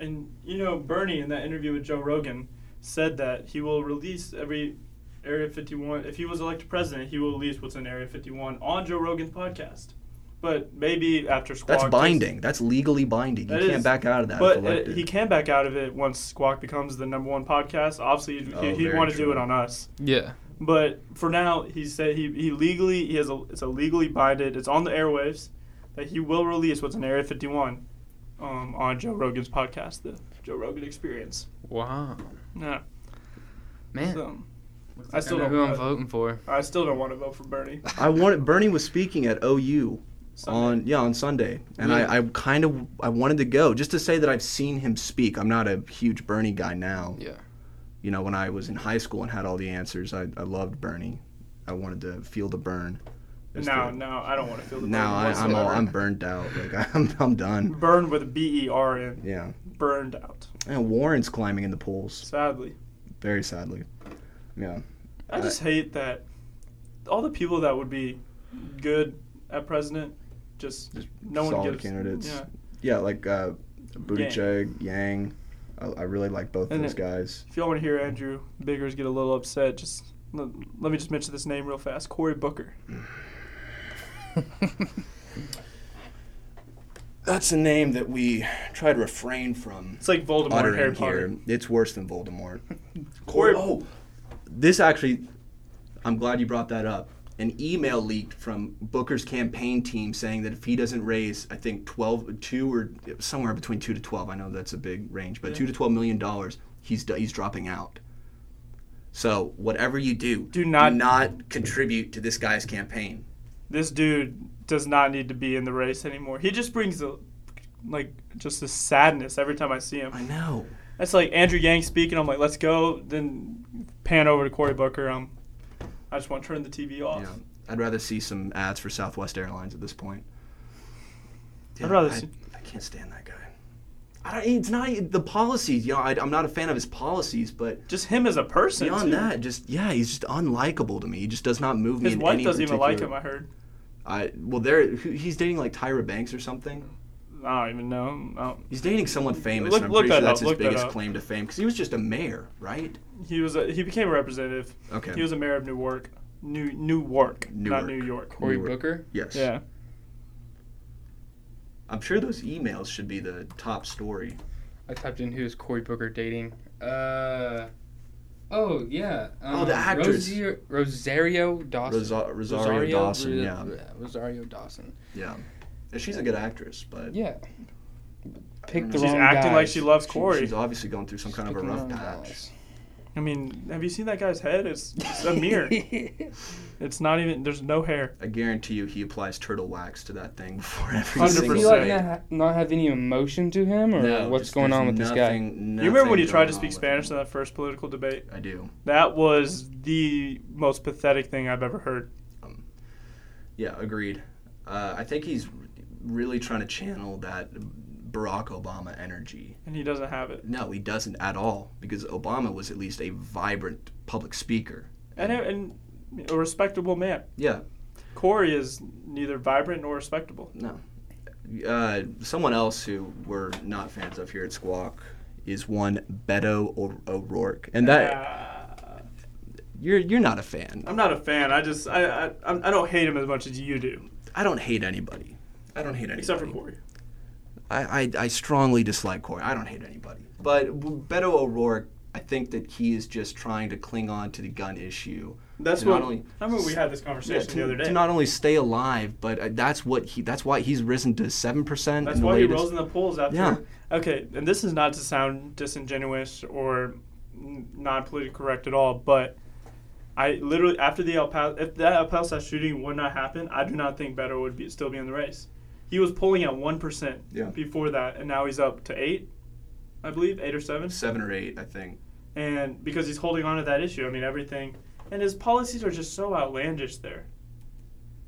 Speaker 3: And you know, Bernie in that interview with Joe Rogan said that he will release every Area 51. If he was elected president, he will release what's in Area 51 on Joe Rogan's podcast. But maybe after Squawk.
Speaker 1: that's
Speaker 3: takes-
Speaker 1: binding. That's legally binding. You
Speaker 3: That
Speaker 1: can't
Speaker 3: is-
Speaker 1: back out of that. if
Speaker 3: But uh,
Speaker 1: elected.
Speaker 3: he can back out of it once Squawk becomes the number one podcast. Obviously, he'd,
Speaker 1: Oh,
Speaker 3: he'd- he'd
Speaker 1: very
Speaker 3: want to do
Speaker 1: true.
Speaker 3: it on us.
Speaker 2: Yeah.
Speaker 3: But for now, he said he, he legally he has a it's a legally binded. It's on the airwaves that he will release what's in Area 51 um, on Joe Rogan's podcast, the Joe Rogan Experience.
Speaker 2: Wow.
Speaker 3: Yeah.
Speaker 2: Man.
Speaker 3: So, I still
Speaker 2: I know
Speaker 3: don't.
Speaker 2: who I'm
Speaker 3: Who
Speaker 2: voting for.
Speaker 3: i still don't want to vote for Bernie.
Speaker 1: I wanted Bernie was speaking at OU
Speaker 3: Sunday.
Speaker 1: on yeah on Sunday, and
Speaker 2: Yeah.
Speaker 1: I, I kind of I wanted to go just to say that I've seen him speak. I'm not a huge Bernie guy now.
Speaker 2: Yeah.
Speaker 1: You know, when I was in high school and had all the answers, I, I loved Bernie. I wanted to feel the burn. There's
Speaker 3: no,
Speaker 1: the-
Speaker 3: no, I don't want to feel the
Speaker 1: now I,
Speaker 3: burn
Speaker 1: I'm all, I'm
Speaker 3: whatsoever.
Speaker 1: burned out. Like I'm I'm done.
Speaker 3: Burn with B E R N.
Speaker 1: Yeah,
Speaker 3: Burned out.
Speaker 1: and Warren's climbing in the polls.
Speaker 3: Sadly.
Speaker 1: Very sadly. Yeah.
Speaker 3: I just hate that all the people that would be good at president just,
Speaker 1: Just
Speaker 3: no one
Speaker 1: solid
Speaker 3: gives
Speaker 1: candidates.
Speaker 3: Yeah,
Speaker 1: Yeah, like uh, Buttigieg, Yang. I, I really like both
Speaker 3: And
Speaker 1: those
Speaker 3: it-
Speaker 1: guys.
Speaker 3: if y'all want to hear Andrew Biggers get a little upset, just let, let me just mention this name real fast: Cory Booker.
Speaker 1: That's a name that we try to refrain from
Speaker 3: It's like Voldemort, in Harry
Speaker 1: uttering
Speaker 3: Potter.
Speaker 1: here. It's worse than Voldemort.
Speaker 3: Cory-
Speaker 1: Oh, this actually, I'm glad you brought that up. An email leaked from Booker's campaign team saying that if he doesn't raise, I think 12, two or somewhere between two to 12, I know that's a big range, but
Speaker 3: Yeah.
Speaker 1: two to 12 million dollars, he's do- he's dropping out. So whatever you do,
Speaker 3: Do not-
Speaker 1: not contribute to this guy's campaign.
Speaker 3: this dude does not need to be in the race anymore. He just brings a like just a sadness every time I see him.
Speaker 1: I know.
Speaker 3: That's like Andrew Yang speaking. I'm like, let's go. Then pan over to Cory Booker. Um, I just want to turn the TV off.
Speaker 1: Yeah. I'd rather see some ads for Southwest Airlines at this point. Yeah,
Speaker 3: rather
Speaker 1: I,
Speaker 3: see-
Speaker 1: I can't stand that guy. I don't, it's not the policies. You know, I, I'm not a fan of his policies, but
Speaker 3: Just him as a person.
Speaker 1: beyond
Speaker 3: too.
Speaker 1: that, just yeah, he's just unlikable to me. He just does not move me.
Speaker 3: his
Speaker 1: in
Speaker 3: wife
Speaker 1: any
Speaker 3: doesn't even like him.
Speaker 1: particular-
Speaker 3: I heard.
Speaker 1: I well, there who- he's dating like Tyra Banks or something.
Speaker 3: I don't even know. I don't-
Speaker 1: He's dating someone famous.
Speaker 3: Look-
Speaker 1: and I'm
Speaker 3: look
Speaker 1: pretty sure
Speaker 3: that
Speaker 1: that's
Speaker 3: up,
Speaker 1: his
Speaker 3: look that
Speaker 1: biggest
Speaker 3: up.
Speaker 1: claim to fame because he was just a mayor, right?
Speaker 3: He was a, he became a representative.
Speaker 1: Okay.
Speaker 3: He was a mayor of Newark, New Newark,
Speaker 1: Newark.
Speaker 3: not New York.
Speaker 2: Cory
Speaker 1: Newark.
Speaker 2: Booker.
Speaker 1: yes.
Speaker 3: Yeah.
Speaker 1: I'm sure those emails should be the top story.
Speaker 2: I typed in who is Cory Booker dating. Uh, oh yeah.
Speaker 1: Oh, the
Speaker 2: um,
Speaker 1: actress.
Speaker 2: Rosi- Rosario Dawson.
Speaker 1: Rosa- Rosario Dawson,
Speaker 2: Ro-
Speaker 1: yeah.
Speaker 2: Rosario Dawson.
Speaker 1: Yeah. And she's a good actress, but
Speaker 2: Yeah. Pick the
Speaker 3: She's
Speaker 2: wrong
Speaker 3: acting like
Speaker 2: guys.
Speaker 3: she loves
Speaker 1: she-
Speaker 3: Corey.
Speaker 1: she's obviously going through some kind of a
Speaker 2: Picking the
Speaker 1: rough
Speaker 2: wrong
Speaker 1: patch.
Speaker 2: guys.
Speaker 3: I mean, have you seen that guy's head? It's, it's a mirror. it's not even. There's no hair.
Speaker 1: I guarantee you, he applies turtle wax to that thing before every
Speaker 2: Does
Speaker 1: single
Speaker 2: he
Speaker 3: 100%.
Speaker 2: like
Speaker 1: day.
Speaker 2: not, ha- not have any emotion to him, or
Speaker 1: No,
Speaker 2: what's
Speaker 1: just
Speaker 2: going
Speaker 1: there's
Speaker 2: on with this guy?
Speaker 1: nothing-
Speaker 3: you remember when
Speaker 1: nothing
Speaker 3: you tried
Speaker 1: going
Speaker 3: to speak
Speaker 1: on with
Speaker 3: Spanish in
Speaker 1: him.
Speaker 3: that first political debate?
Speaker 1: I do.
Speaker 3: That was the most pathetic thing I've ever heard.
Speaker 1: Yeah, agreed. Uh, I think he's really trying to channel that Barack Obama energy.
Speaker 3: And he doesn't have it.
Speaker 1: No, he doesn't at all because Obama was at least a vibrant public speaker.
Speaker 3: And a, and a respectable man.
Speaker 1: Yeah,
Speaker 3: Corey is neither vibrant nor respectable.
Speaker 1: no. Uh, someone else who we're not fans of here at Squawk is one Beto O- O'Rourke, and that
Speaker 3: Uh,
Speaker 1: you're you're not a fan.
Speaker 3: I'm not a fan. I just I, I I'm- I don't hate him as much as you do,
Speaker 1: I don't hate anybody. I don't hate anybody.
Speaker 3: except for Corey.
Speaker 1: I, I, I strongly dislike Corey. I don't hate anybody. But Beto O'Rourke, I think that he is just trying to cling on to the gun issue.
Speaker 3: That's
Speaker 1: To not
Speaker 3: what
Speaker 1: only-
Speaker 3: I remember. We had this
Speaker 1: Yeah,
Speaker 3: conversation
Speaker 1: to,
Speaker 3: the other
Speaker 1: to
Speaker 3: day.
Speaker 1: not only stay alive, but uh, that's what he. That's why he's risen to seven percent.
Speaker 3: That's why he rolls in the pools after.
Speaker 1: Yeah.
Speaker 3: Okay, and this is not to sound disingenuous or n- not politically correct at all, but I literally after the El Paso, if that El Paso shooting would not happen, I do not think Beto would be still be in the race. He was pulling at one percent
Speaker 1: Yeah.
Speaker 3: before that, and now he's up to eight, I believe, eight or seven,
Speaker 1: seven or eight, I think.
Speaker 3: and because he's holding on to that issue, I mean everything, and his policies are just so outlandish there.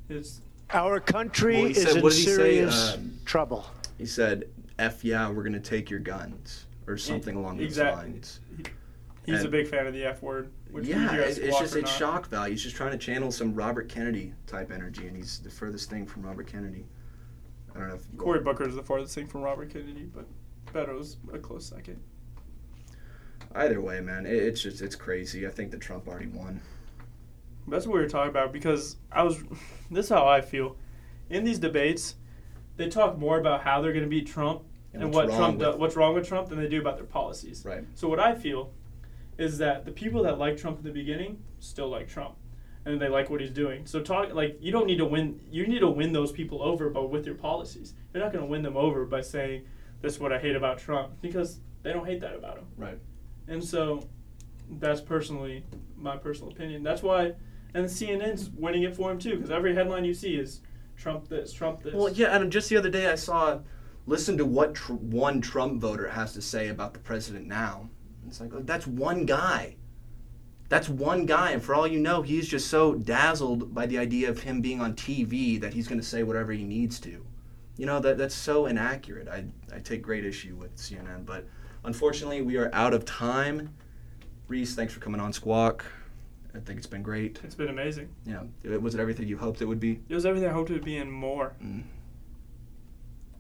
Speaker 3: It's
Speaker 5: Our country
Speaker 1: Well, he
Speaker 5: is
Speaker 1: said-
Speaker 5: in
Speaker 1: what did he say,
Speaker 5: serious
Speaker 1: um,
Speaker 5: trouble.
Speaker 1: He said, "F yeah, we're gonna take your guns."
Speaker 3: E,
Speaker 1: Or something along those
Speaker 3: exactly.
Speaker 1: lines.
Speaker 3: he's a
Speaker 1: And-
Speaker 3: big fan of the F word. Which we
Speaker 1: yeah,
Speaker 3: hear us
Speaker 1: it, it's
Speaker 3: walk
Speaker 1: just
Speaker 3: or
Speaker 1: it's
Speaker 3: not.
Speaker 1: shock value. He's just trying to channel some Robert Kennedy type energy, and he's the furthest thing from Robert Kennedy. I don't know if
Speaker 3: Cory Booker is the farthest thing from Robert Kennedy, but Beto's a close second.
Speaker 1: Either way, man, it, it's just it's crazy. I think that Trump already won.
Speaker 3: That's what we were talking about because I was. This is how I feel. In these debates, they talk more about how they're going to beat Trump and,
Speaker 1: what's
Speaker 3: what
Speaker 1: wrong
Speaker 3: Trump
Speaker 1: with-
Speaker 3: does, what's wrong with Trump than they do about their policies.
Speaker 1: Right.
Speaker 3: So what I feel is that the people that like Trump at the beginning still like Trump, and they like what he's doing. So talk like you don't need to win. You need to win those people over, but with your policies, you're not going to win them over by saying this is what I hate about Trump because they don't hate that about him.
Speaker 1: Right.
Speaker 3: And so that's personally my personal opinion. That's why, and CNN's winning it for him too, because every headline you see is Trump this, Trump this.
Speaker 1: Well, yeah, and just the other day I saw, listen to what tr- one Trump voter has to say about the president now. It's like oh, that's one guy. That's one guy, and for all you know, he's just so dazzled by the idea of him being on TV that he's going to say whatever he needs to. You know that that's so inaccurate. I I take great issue with CNN, but unfortunately, we are out of time. Reese, thanks for coming on Squawk. I think it's been great.
Speaker 3: It's been amazing.
Speaker 1: Yeah, was it everything you hoped it would be?
Speaker 3: It was everything I hoped it would be and more.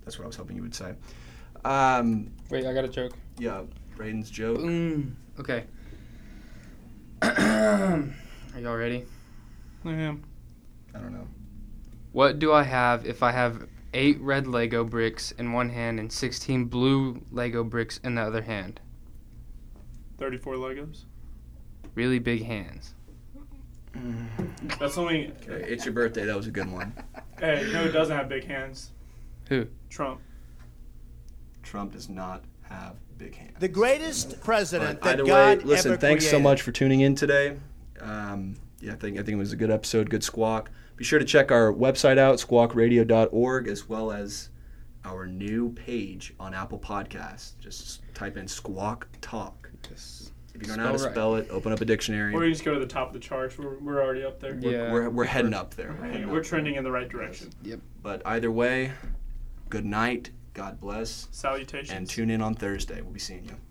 Speaker 1: That's what I was hoping you would say. Um,
Speaker 2: Wait, I got a joke.
Speaker 1: Yeah, Braden's joke.
Speaker 2: Mm, okay. Are y'all ready?
Speaker 3: Yeah.
Speaker 1: I don't know.
Speaker 2: What do I have if I have eight red Lego bricks in one hand and 16 blue Lego bricks in the other hand?
Speaker 3: 34 Legos.
Speaker 2: Really big hands.
Speaker 3: That's only.
Speaker 1: Okay, it's your birthday. That was a good one.
Speaker 3: Hey, no, it doesn't have big hands.
Speaker 2: Who?
Speaker 3: Trump.
Speaker 1: Trump does not have big hands.
Speaker 5: The greatest president
Speaker 1: But
Speaker 5: that
Speaker 1: either way,
Speaker 5: God
Speaker 1: listen.
Speaker 5: ever
Speaker 1: Thanks so
Speaker 5: created.
Speaker 1: much for tuning in today. Um, yeah, I think I think it was a good episode. Good squawk. Be sure to check our website out, squawkradio.org, as well as our new page on Apple Podcasts. Just type in Squawk Talk. If you don't know how to
Speaker 2: Spell right.
Speaker 1: spell it, open up a dictionary.
Speaker 3: Or
Speaker 1: We're,
Speaker 3: you just go to the top of the charts. We're, we're already up there.
Speaker 2: Yeah.
Speaker 1: we're, we're heading up there.
Speaker 3: We're, hanging- we're trending in the right direction.
Speaker 1: But either way, good night, God bless,
Speaker 3: Salutations.
Speaker 1: and tune in on Thursday. We'll be seeing you.